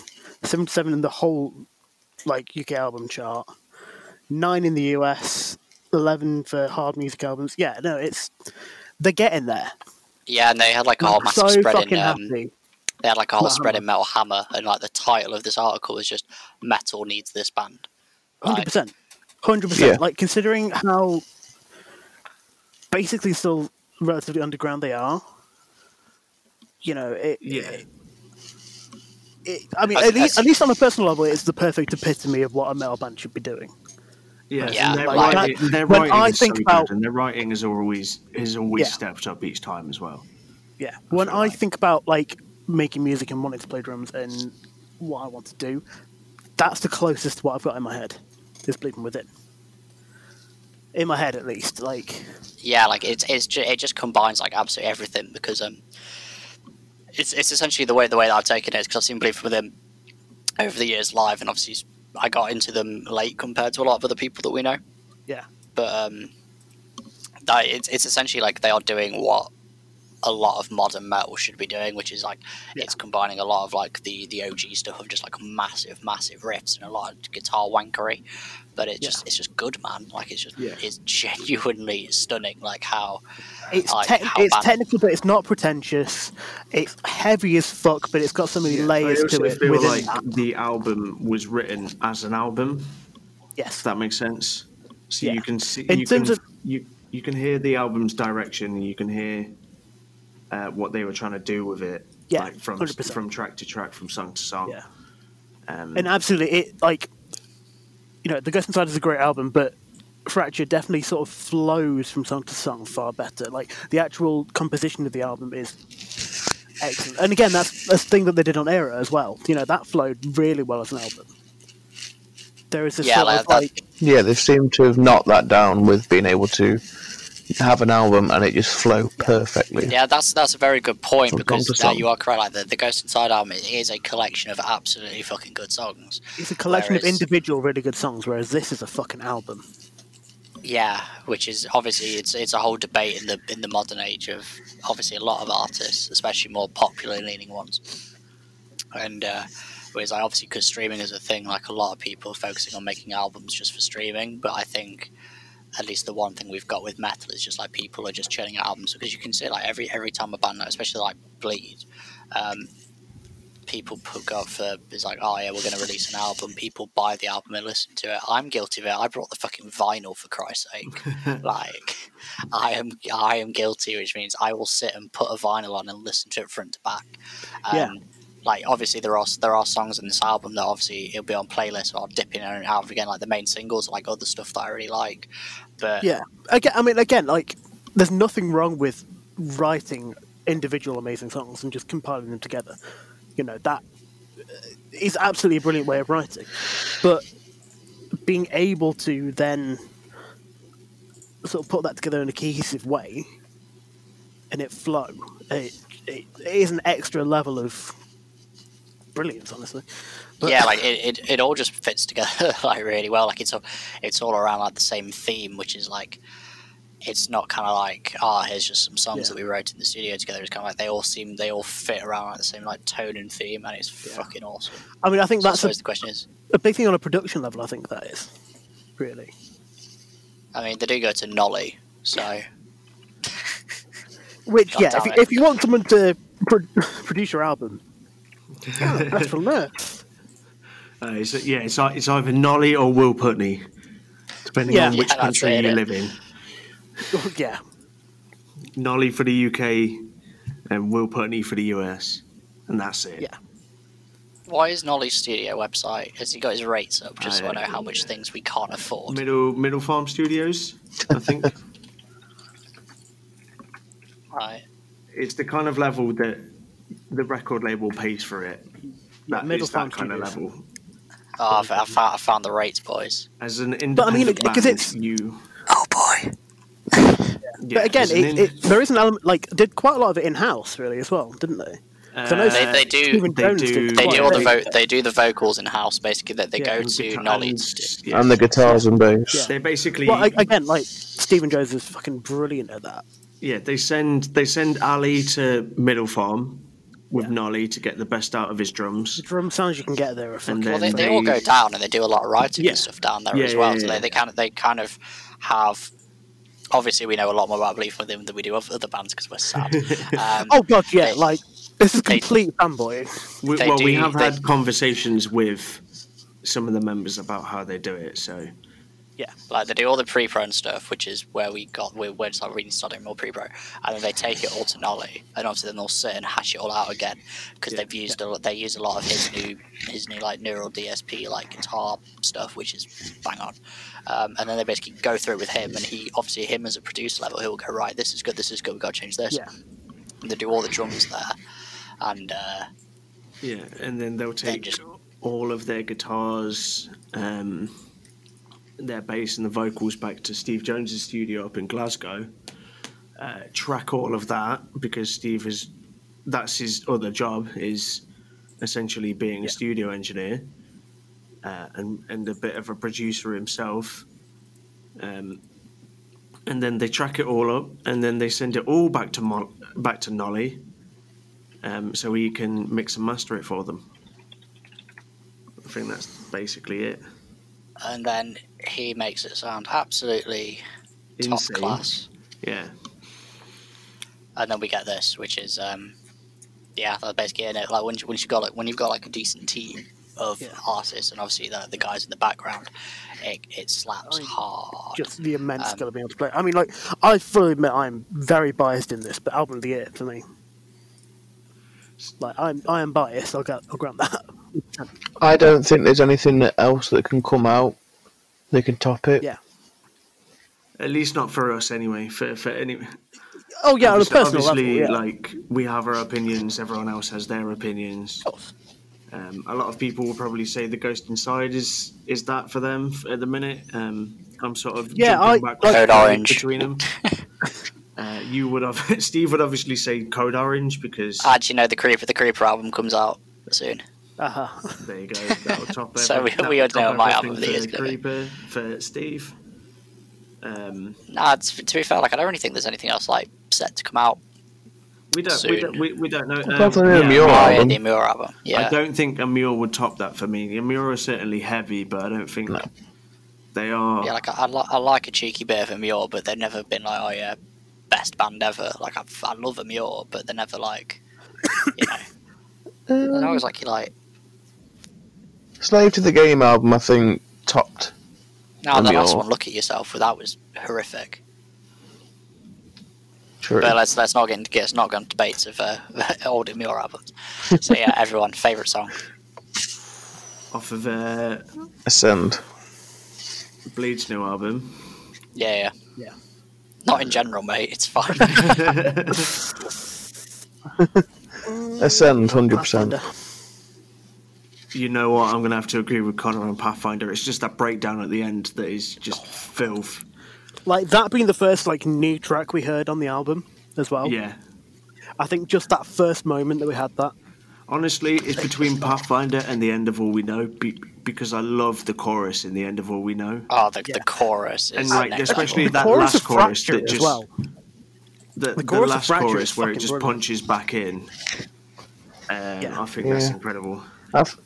seventy-seven in the whole like UK album chart, nine in the US, eleven for hard music albums. Yeah, no, it's they're getting there. yeah and they had like a whole I'm Oh, massive so spread fucking in um, happy. they had like a whole Metal spread in metal hammer and like the title of this article was just metal needs this band hundred Like- percent, hundred Yeah. percent. Like considering how basically still relatively underground they are, you know, it. Yeah. it- I mean, I- at least I- at least on a personal level, it's the perfect epitome of what a metal band should be doing. Yeah, Yeah, and their like- writing, their when writing I is so think good, about- and their writing is always is always Yeah. stepped up each time as well. Yeah. When I think about like making music and wanting to play drums and what I want to do, that's the closest to what I've got in my head. Is bleeding with it. In my head, at least, like yeah, like it's it's ju- it just combines like absolutely everything because um, it's it's essentially the way the way that I've taken it because I've seen Believe from them over the years live, and obviously s- I got into them late compared to a lot of other people that we know. yeah, But um, that it's it's essentially like they are doing what a lot of modern metal should be doing, which is like it's combining a lot of like the the OG stuff of just like massive, massive riffs and a lot of guitar wankery. But it's Yeah. just it's just good, man. Like it's just Yeah. it's <laughs> genuinely stunning, like how. It's like, tech- how it's bad- technical, but it's not pretentious. It's heavy as fuck, but it's got so many layers I also to it. feel Within like that. the album was written as an album. If Yes, that makes sense. So Yeah. you can see In you terms can, of- you you can hear the album's direction and you can hear uh, what they were trying to do with it. Yeah, like from 100%. from track to track, from song to song. Yeah. Um, And absolutely, it like you know, The Ghost Inside is a great album, but Fracture definitely sort of flows from song to song far better. Like the actual composition of the album is excellent. And again, that's a thing that they did on Era as well. You know, that flowed really well as an album. There is this Yeah, sort like of that- like Yeah, they seem to have knocked that down with being able to have an album and it just flow perfectly. Yeah, that's that's a very good point From because song to yeah, song. you are correct. Like the, the Ghost Inside album it is a collection of absolutely fucking good songs. it's a collection of Whereas- individual really good songs, whereas this is a fucking album. Yeah, which is obviously it's it's a whole debate in the in the modern age of obviously a lot of artists, especially more popular leaning ones. And uh, whereas I obviously because streaming is a thing, like a lot of people are focusing on making albums just for streaming. But I think at least the one thing we've got with metal is just like people are just churning out albums because you can see like every every time a band, like, especially like Bleed. Um, People put go for it's like oh yeah we're going to release an album. People buy the album and listen to it. I'm guilty of it. I brought the fucking vinyl for Christ's sake like I am I am guilty, which means I will sit and put a vinyl on and listen to it front to back. Um, Yeah. Like obviously there are there are songs in this album that obviously it'll be on playlists or I'll dip in and out of again. Like the main singles, like other stuff that I really like. But Yeah. Again, I mean, again, like, there's nothing wrong with writing individual amazing songs and just compiling them together. You know, that uh, is absolutely a brilliant way of writing. But being able to then sort of put that together in a cohesive way and it flow, it, it, it is an extra level of brilliance, honestly. yeah, like it, it, it all just fits together <laughs> like really well. Like it's all it's all around like the same theme, which is like it's not kind of like ah, here's just some songs Yeah. that we wrote in the studio together. It's kind of like they all seem they all fit around like the same like tone and theme, and it's fucking awesome. I mean, I think So I that's a, suppose the question is, a big thing on a production level, I think that is, really. I mean, they do go to Nolly, so Which, God yeah, if damn you, it. if you want someone to pro- <laughs> produce <laughs> your album, yeah, that's from there. uh, it's, yeah, it's, ei- it's either Nolly or Will Putney, depending Yeah. on which Yeah, that's country it, you yeah. live in. yeah, Nolly for the UK and Will Putney for the US, and that's it. yeah. why is Nolly's studio website? Has he got his rates up? Just so I I- know how much things we can't afford. Middle Middle Farm Studios, I <laughs> think. Right? it's the kind of level that the record label pays for it. That Middle is that Farm kind of Studios. level. Oh, I, found, I found the rates, boys. As an I mean, independent it- 'cause band, it's- you. Oh boy. <laughs> Yeah, But again, as an it, in- it, there is an element, like, did quite a lot of it in house, really, as well, didn't they? 'Cause I know Uh, They, they do. Stephen they Jones do- did They quite do a all the bit. vo- They do the vocals in house. Basically, that they Yeah, go and to guitar- Nolly. and to do- s- yeah. And the guitars and bass. Yeah. They basically, Well, I, again, like, Stephen Jones is fucking brilliant at that. yeah, they send they send Ali to Middle Farm with Yeah. Nolly to get the best out of his drums. Drum sounds you can get there are fucking. And Well, then they, they all go down and they do a lot of writing Yeah. and stuff down there Yeah, as well. yeah, so yeah, they, they kind of they kind of have. Obviously, we know a lot more about Belief Within than we do of other bands because <laughs> we're sad. Um, oh, God, yeah, they- like, this is they- complete fanboy. We, They well, we do- have they- had conversations with some of the members about how they do it. So Like they do all the pre-pro and stuff, which is where we got we're, we're just like really starting more pre-pro, and then they take it all to Nolly, and obviously then they'll sit and hash it all out again because they've used a lot. They use a lot of his new his new like neural DSP like guitar stuff, which is bang on. Um, and then they basically go through it with him, and he obviously him as a producer level, he'll go right, this is good, this is good, we got to change this. Yeah. And they do all the drums there, and uh, yeah, and then they'll take just- all of their guitars, um, their bass, and the vocals back to Steve Jones's studio up in Glasgow. Uh, track all of that because Steve is that's his other job is essentially being a studio engineer uh, and and a bit of a producer himself. Um, and then they track it all up, and then they send it all back to Mo- back to Nolly, um, so he can mix and master it for them. I think that's basically it. and then he makes it sound absolutely Insane. top class. Yeah, and then we get this, which is um, yeah, that's basically it. Like once you- once you got like when you've got like a decent team of Yeah. artists, and obviously the the guys in the background, it, it slaps I mean, hard. Just the immense Um, skill of being able to play. I mean, like, I fully admit I'm very biased in this, but album of the year for me. Like I'm, I am biased. I'll, gra- I'll grant that. <laughs> I don't think there's anything else that can come out that can top it. Yeah. At least not for us, anyway. For for any, Oh yeah, on a obviously, personal level. obviously, Yeah. like we have our opinions. Everyone else has their opinions. Of course. Um, a lot of people will probably say the Ghost Inside is is that for them f- at the minute. Um, I'm sort of Yeah, jumping I- back like- Code Orange. between <laughs> them. uh, you would have <laughs> Steve would obviously say Code Orange because Actually, no, the Creeper the Creeper album comes out soon. Uh-huh. there you go. That'll <laughs> top So every- we- that'll we would top know my everything album is, for couldn't we? Creeper for Steve. Um, Nah, it's, to be fair, like I don't really think there's anything else like set to come out. we don't. Soon. We don't. We, we don't know. Um, Apart from the Muir Oh, yeah, album. the Muir album. I Yeah, don't think a Amur would top that for me. Amur is certainly heavy, but I don't think No. they are. yeah. Like I, I, li- I like a cheeky bit of a Muir, but they've never been like, oh yeah, best band ever. Like I, I love a Muir, but they're never like, you know. Mm. I always like you like. Uh, Slave to the Game album, I think, topped. Now A the last Muir. one, look at yourself. That was horrific. True. But let's let's not get into let's not go into debates of uh, <laughs> old and Muir albums. <laughs> So yeah, everyone favorite song. off of uh, Ascend. Bleed's new album. Yeah, yeah, Yeah. Not in general, mate. <laughs> It's fine. Ascend, 100%. Pathfinder. you know what? I'm going to have to agree with Connor on Pathfinder. It's just that breakdown at the end that is just filth. Like that being the first like new track we heard on the album as Oh. well. Yeah. I think just that first moment that we had that. Honestly, it's between Pathfinder and the end of All We Know be- because I love the chorus in the end of All We Know. oh, the, the Yeah. chorus is And, the like, next especially level. that chorus last of chorus Fracture that as just well. The, the, chorus of last Fracture is chorus where it fucking just brilliant. punches back in. Um, Yeah. I think that's Yeah. incredible. I've,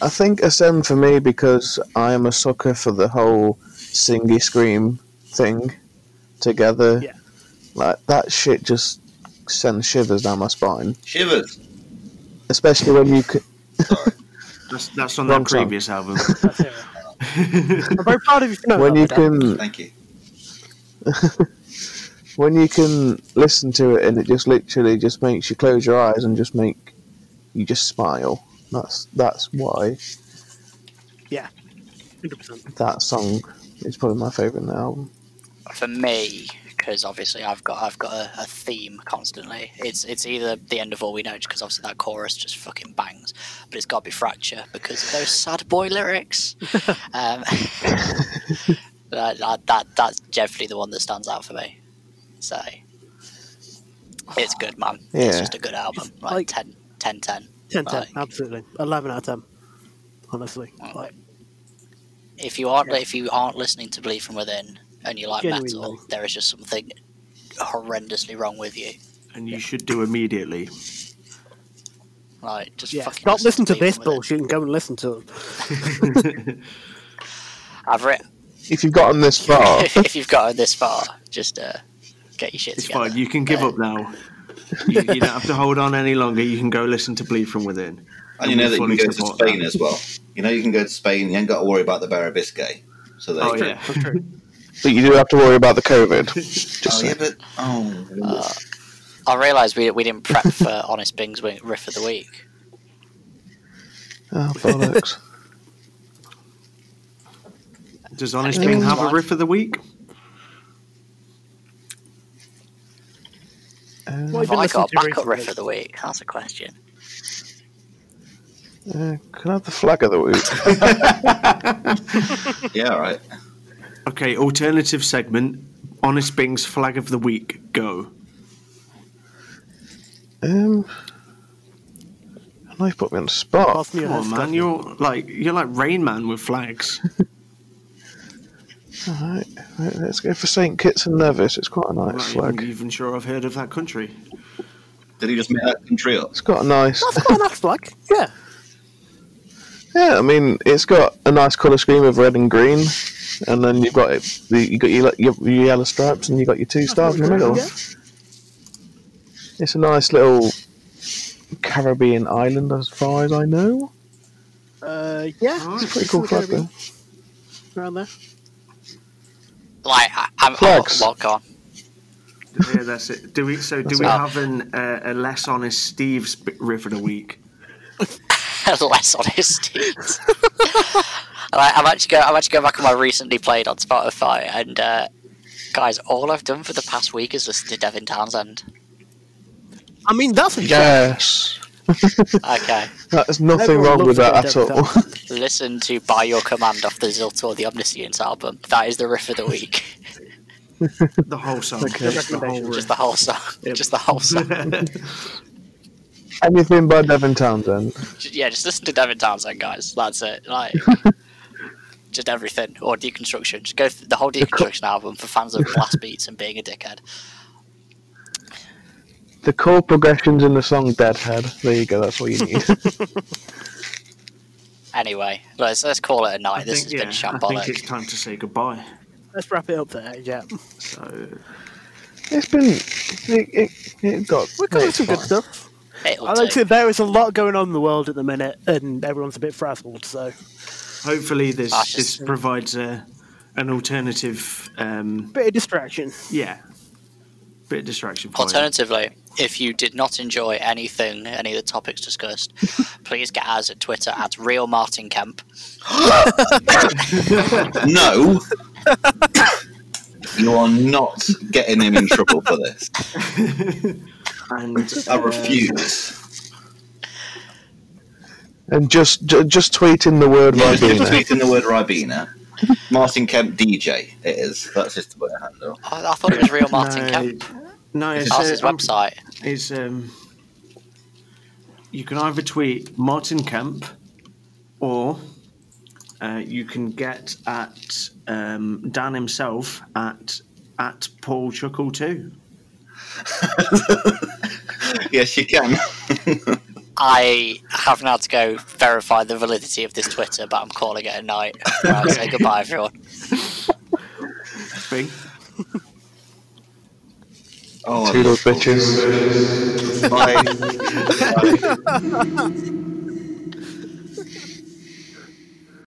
I think Ascend for me because I am a sucker for the whole singy scream thing together. Yeah. Like that shit just sends shivers down my spine, Shivers. especially when you c- That's, that's on Wrong that song. previous album. That's it. I'm very proud of you for knowing when that, you my dad. can Thank you. when you can listen to it and it just literally just makes you close your eyes and just make you just smile. That's that's why 100%. that song is probably my favorite in the album. for me because obviously I've got I've got a, a theme constantly. It's it's either the end of all we know because obviously that chorus just fucking bangs, but it's got to be fracture because of those sad <laughs> boy lyrics. um, <laughs> that, that, that that's definitely the one that stands out for me. So it's good, man. It's Yeah. just a good album. Like, like- 10, 10, 10. 10 10, Like- absolutely. 11 out of 10. Honestly. Like, If you aren't Yeah. if you aren't listening to Bleed from Within and you like Genuinely. metal, there is just something horrendously wrong with you. and you should do immediately. Like, just yeah. fucking Stop listening to Bleed this from Within. bullshit and go and listen to it. I've re- <laughs> If you've gotten this <laughs> far, if you've got this far, just uh, get your shit It's together. fine. You can give up now. You, you don't have to hold on any longer. You can go listen to Bleed from Within. And you know that you fully can go to support Spain that. as well. You know you can go to Spain. You ain't got to worry about the Barabiscay. So there Oh, you go. yeah. That's true. but you do have to worry about the <laughs> COVID. Just Oh yeah, saying. but oh, Uh. I realised we, we didn't prep <laughs> for Honest Bing's wi- riff of the week. Oh, bollocks. <laughs> Does Honest Anything Bing have else? a riff of the week? What have Have you I been got a listening to backup riff of recently? the week? That's a question. Uh, can I have the flag of the week? <laughs> yeah, all right. Okay, alternative segment. Honest Bing's flag of the week. Go. um, now you've put me on the spot. Pass me your Come on, head, Oh, man. You're Steph. like you're like Rain Man with flags. All right, right, let's go for St Kitts and Nevis. It's quite a I'm nice not even, flag. even sure I've heard of that country. Did he just make that country up? It's got a nice. That's quite a nice flag. Yeah. Yeah, I mean, it's got a nice colour scheme of red and green, and then you've got it, the, you got your, your, your yellow stripes, and you got your two stars in the middle. Yeah. It's a nice little Caribbean island, as far as I know. Uh, yeah. Alright. It's a pretty cool flag, though. Around there. Like, I, I'm, I'm <laughs> Flags. well, go on. Yeah, that's it. Do we? So do we have an uh, a less honest Steve's bit riff of the week? less <laughs> honesty. Alright, I'm actually go, I'm actually going back on my recently played on Spotify, and uh, guys, all I've done for the past week is listen to Devin Townsend. I mean, that's a Yes. Okay, <laughs> There's nothing Everyone wrong with that loves at a all. bit listen to "By Your Command" off the Ziltor the Omniscience album. That is the riff of the week. The whole song. Just the whole Just riff. the whole song. <laughs> Just the <laughs> whole song. <laughs> Anything by Devin Townsend. Just- yeah, just listen to Devin Townsend, guys. That's it. <laughs> Like, just everything or deconstruction. Just go through the whole deconstruction album for fans of <laughs> blast beats and being a dickhead. The chord progressions in the song Deadhead. There you go, that's what you <laughs> need. Anyway, let's let's call it a night. I this think, has yeah, been I think it's shambolic. time to say goodbye. Let's wrap it up there. Yeah, So it's been. It, it, it got. we're covering it's some good fine. stuff. It'll I like do. to. There is a lot going on in the world at the minute, and everyone's a bit frazzled. So hopefully this Ah, just- this provides a an alternative. Um, bit of distraction. yeah, bit of distraction. For you. Alternatively, if you did not enjoy anything, any of the <laughs> topics discussed, please get us at Twitter at Real Martin Kemp. <laughs> No. you are not getting him in trouble for this. And I refuse. And just ju- just tweeting the word Yeah, just Ribena. tweeting the word Ribena. Martin Kemp DJ, it is. That's just the way I handle. I, I thought it was Real Martin <laughs> No, Kemp. no, it's, That's his uh, I'm- website. is um, you can either tweet Martin Kemp or uh, you can get at um, Dan himself at at Paul Chuckle too. Yes, you can. I have now to go verify the validity of this Twitter, but I'm calling it a night. Right, say goodbye, everyone. Bing. Oh, Toodles, bitches. <laughs> Bye. Bye.